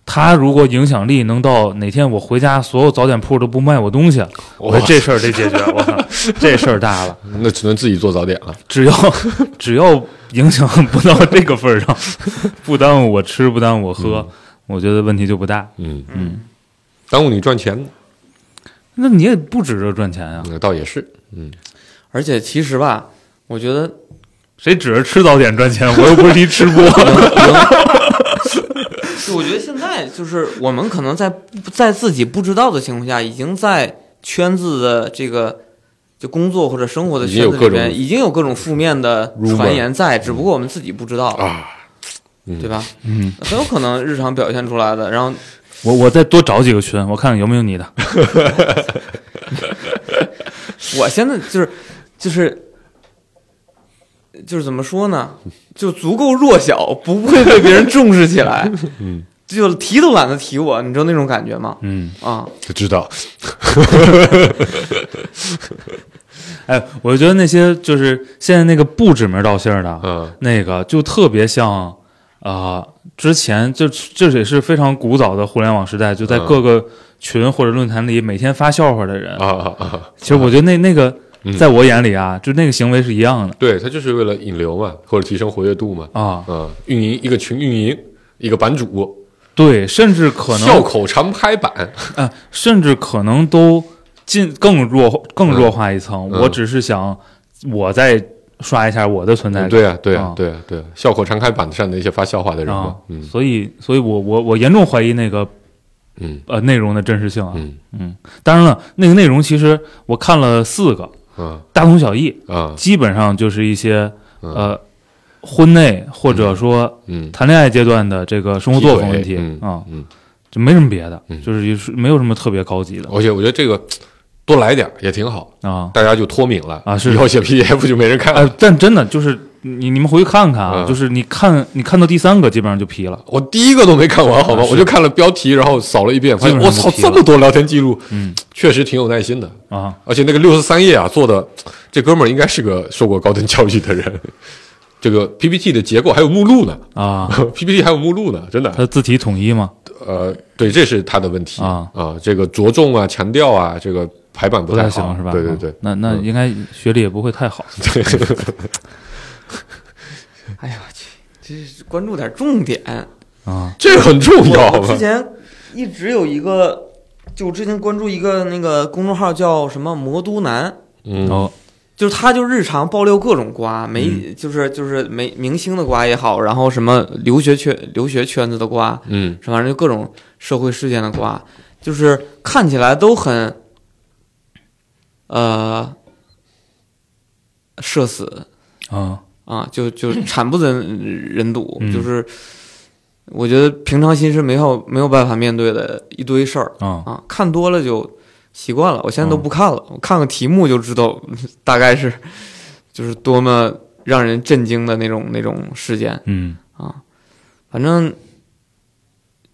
Speaker 4: 他如果影响力能到哪天我回家，所有早点铺都不卖我东西，我说这事儿得解决。我操，这事儿大了，
Speaker 5: 嗯那只能自己做早点了。
Speaker 4: 只要 只要影响不到这个份儿上， 不耽误我吃，不耽误我喝，我觉得问题就不大。
Speaker 5: 嗯
Speaker 4: 嗯，
Speaker 5: 耽误你赚钱，
Speaker 4: 那你也不指着赚钱啊，
Speaker 5: 嗯，倒也是，嗯，
Speaker 3: 而且其实吧，我觉得
Speaker 4: 谁指着吃早点赚钱？我又不是一吃播。
Speaker 3: 就我觉得现在就是我们可能在在自己不知道的情况下，已经在圈子的这个就工作或者生活的圈子里边，已经有各种嗯负面的传言在，只不过我们自己不知道，
Speaker 5: 啊，嗯
Speaker 3: 对吧？
Speaker 4: 嗯，
Speaker 3: 很有可能日常表现出来的，然后
Speaker 4: 我我再多找几个群，我看看有没有你 的。
Speaker 3: 我现在就是就是。就是怎么说呢，就足够弱小，不会被别人重视起 来，
Speaker 5: 嗯，
Speaker 3: 就提都懒得提我，你知道那种感觉吗？
Speaker 4: 嗯，
Speaker 3: 啊，
Speaker 5: 就知道，
Speaker 4: 哎，我觉得那些就是现在那个不指名道姓的，
Speaker 5: 嗯
Speaker 4: 那个就特别像啊、之前就这也是非常古早的互联网时代，就在
Speaker 5: 嗯
Speaker 4: 各个群或者论坛里每天发笑话的人。
Speaker 5: 啊啊啊，
Speaker 4: 其实我觉得那那个
Speaker 5: 嗯
Speaker 4: 在我眼里啊，就那个行为是一样的
Speaker 5: 对他就是为了引流嘛，或者提升活跃度嘛，
Speaker 4: 啊。
Speaker 5: 嗯，运营一个群运营一个版主，
Speaker 4: 对，甚至可
Speaker 5: 笑
Speaker 4: 能
Speaker 5: 口常拍版，
Speaker 4: 啊，甚至可能都进更弱更弱化一层。
Speaker 5: 嗯
Speaker 4: 我只是想我再刷一下我的存在
Speaker 5: 嗯
Speaker 4: 感。
Speaker 5: 对啊对啊
Speaker 4: 啊
Speaker 5: 对啊对啊，笑口常开版上的一些发笑话的人
Speaker 4: 啊
Speaker 5: 嘛，，嗯
Speaker 4: 所以，所以我我我严重怀疑那个
Speaker 5: 嗯
Speaker 4: 呃内容的真实性啊。
Speaker 5: 嗯
Speaker 4: 当然了，那个内容其实我看了四个，
Speaker 5: 啊
Speaker 4: 大同小异，
Speaker 5: 啊
Speaker 4: 基本上就是一些
Speaker 5: 嗯
Speaker 4: 呃婚内或者说
Speaker 5: 嗯
Speaker 4: 谈恋爱阶段的这个生活作风问题
Speaker 5: 嗯
Speaker 4: 啊，
Speaker 5: 嗯，
Speaker 4: 就没什么别的
Speaker 5: 嗯，哦
Speaker 4: 就是就是没有什么特别高级的
Speaker 5: 而且我觉得这个多来点儿也挺好，
Speaker 4: 啊。
Speaker 5: 大家就脱敏了
Speaker 4: 啊是
Speaker 5: 以后写 PDF 就没人看
Speaker 4: 哎
Speaker 5: 了。，
Speaker 4: 但真的就是你你们回去看看啊，
Speaker 5: 嗯
Speaker 4: 就是你看你看到第三个基本上就皮了，
Speaker 5: 我第一个都没看完，好吧，
Speaker 4: 啊是
Speaker 5: 我就看了标题，然后扫了一遍，发现
Speaker 4: 基
Speaker 5: 我
Speaker 4: 本上
Speaker 5: 操，
Speaker 4: 就提了
Speaker 5: 这么多聊天记录，
Speaker 4: 嗯
Speaker 5: 确实挺有耐心的。
Speaker 4: 啊，
Speaker 5: 而且那个六十三页啊，做的这哥们儿应该是个受过高等教育的人。 这个 PPT 的结构还有目录呢
Speaker 4: 啊，
Speaker 5: ，PPT 还有目录呢，真的。
Speaker 4: 它字体统一 嘛，
Speaker 5: 呃，对，这是他的问题
Speaker 4: 啊
Speaker 5: 这个着重啊、强调啊，这个排版不
Speaker 4: 不太
Speaker 5: 好
Speaker 4: 行是吧？
Speaker 5: 对对
Speaker 4: 啊
Speaker 5: 对，
Speaker 4: 那那
Speaker 5: 嗯
Speaker 4: 应该学历也不会太好。
Speaker 3: 哎呀，我去，这是关注点重点。
Speaker 4: 啊，
Speaker 5: 这很重要
Speaker 3: 我我
Speaker 5: 吧
Speaker 3: 之？前一直有一个就我之前关注一个那个公众号叫什么“魔都男
Speaker 5: 嗯，
Speaker 4: 哦，”，
Speaker 3: 就是他就日常爆料各种瓜，没、就是就是没明星的瓜也好，然后什么留学圈留学圈子的瓜，
Speaker 5: 嗯
Speaker 3: 是吧反正就各种社会事件的瓜，就是看起来都很，呃，社死
Speaker 4: 啊，
Speaker 3: 啊，就 就惨不忍忍睹，
Speaker 4: 嗯
Speaker 3: 就是我觉得平常心是没有没有办法面对的一堆事儿
Speaker 4: 啊，
Speaker 3: 啊，看多了就习惯了，我
Speaker 4: 哦
Speaker 3: 现在都不看了，我看个题目就知道大概是就是多么让人震惊的那种那种事件，
Speaker 4: 嗯
Speaker 3: 啊，反正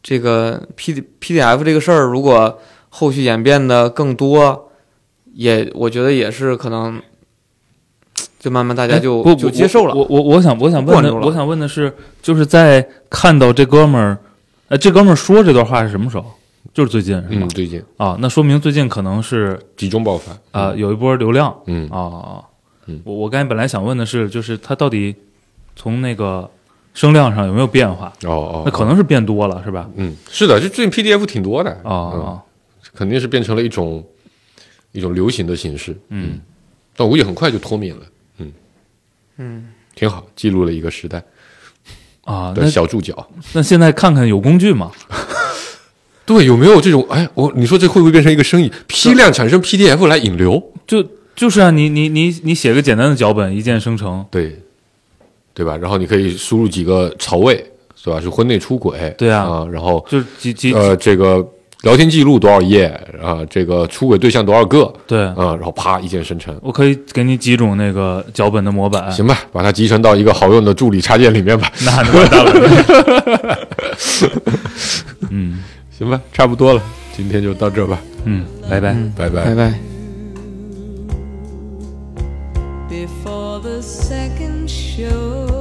Speaker 3: 这个 P P D F 这个事儿，如果后续演变的更多，也我觉得也是可能，就慢慢大家就
Speaker 4: 哎不
Speaker 3: 就
Speaker 4: 我
Speaker 3: 接受了。
Speaker 4: 我我我想我想问
Speaker 3: 惯
Speaker 4: 的，
Speaker 3: 住了
Speaker 4: 我想问的是，就是在看到这哥们儿，呃，这哥们儿说这段话是什么时候？就是最近是吧
Speaker 5: 嗯，？最近
Speaker 4: 啊，那说明最近可能是
Speaker 5: 集中爆发
Speaker 4: 啊、有一波流量
Speaker 5: 嗯
Speaker 4: 啊啊。
Speaker 5: 嗯
Speaker 4: 我我刚才本来想问的是，就是他到底从那个声量上有没有变化？
Speaker 5: 哦哦，
Speaker 4: 那可能是变多了，是吧？
Speaker 5: 嗯是的，这最近 PDF 挺多的
Speaker 4: 啊、啊，
Speaker 5: 嗯，肯定是变成了一种一种流行的形式，
Speaker 4: 嗯，
Speaker 5: 但我估计很快就脱敏了，嗯
Speaker 3: 嗯，
Speaker 5: 挺好，记录了一个时代
Speaker 4: 啊，那
Speaker 5: 的小注脚。
Speaker 4: 那现在看看有工具吗？
Speaker 5: 对，有没有这种？哎，我你说这会不会变成一个生意？批量产生 PDF 来引流，
Speaker 4: 就就是啊，你你你你写个简单的脚本，一键生成，
Speaker 5: 对，对吧？然后你可以输入几个槽位，是吧？是婚内出轨，
Speaker 4: 对啊
Speaker 5: 啊、然后
Speaker 4: 就是几几、
Speaker 5: 呃，这个聊天记录多少页啊、这个出轨对象多少个
Speaker 4: 对，
Speaker 5: 啊、然后啪一键生成，
Speaker 4: 我可以给你几种那个脚本的模板，
Speaker 5: 行吧，把它集成到一个好用的助理插件里面吧，
Speaker 4: 那那完蛋了。嗯
Speaker 5: 行吧，差不多了，今天就到这吧，
Speaker 4: 嗯，拜拜。
Speaker 5: 拜拜
Speaker 3: 拜拜。
Speaker 2: before the second show.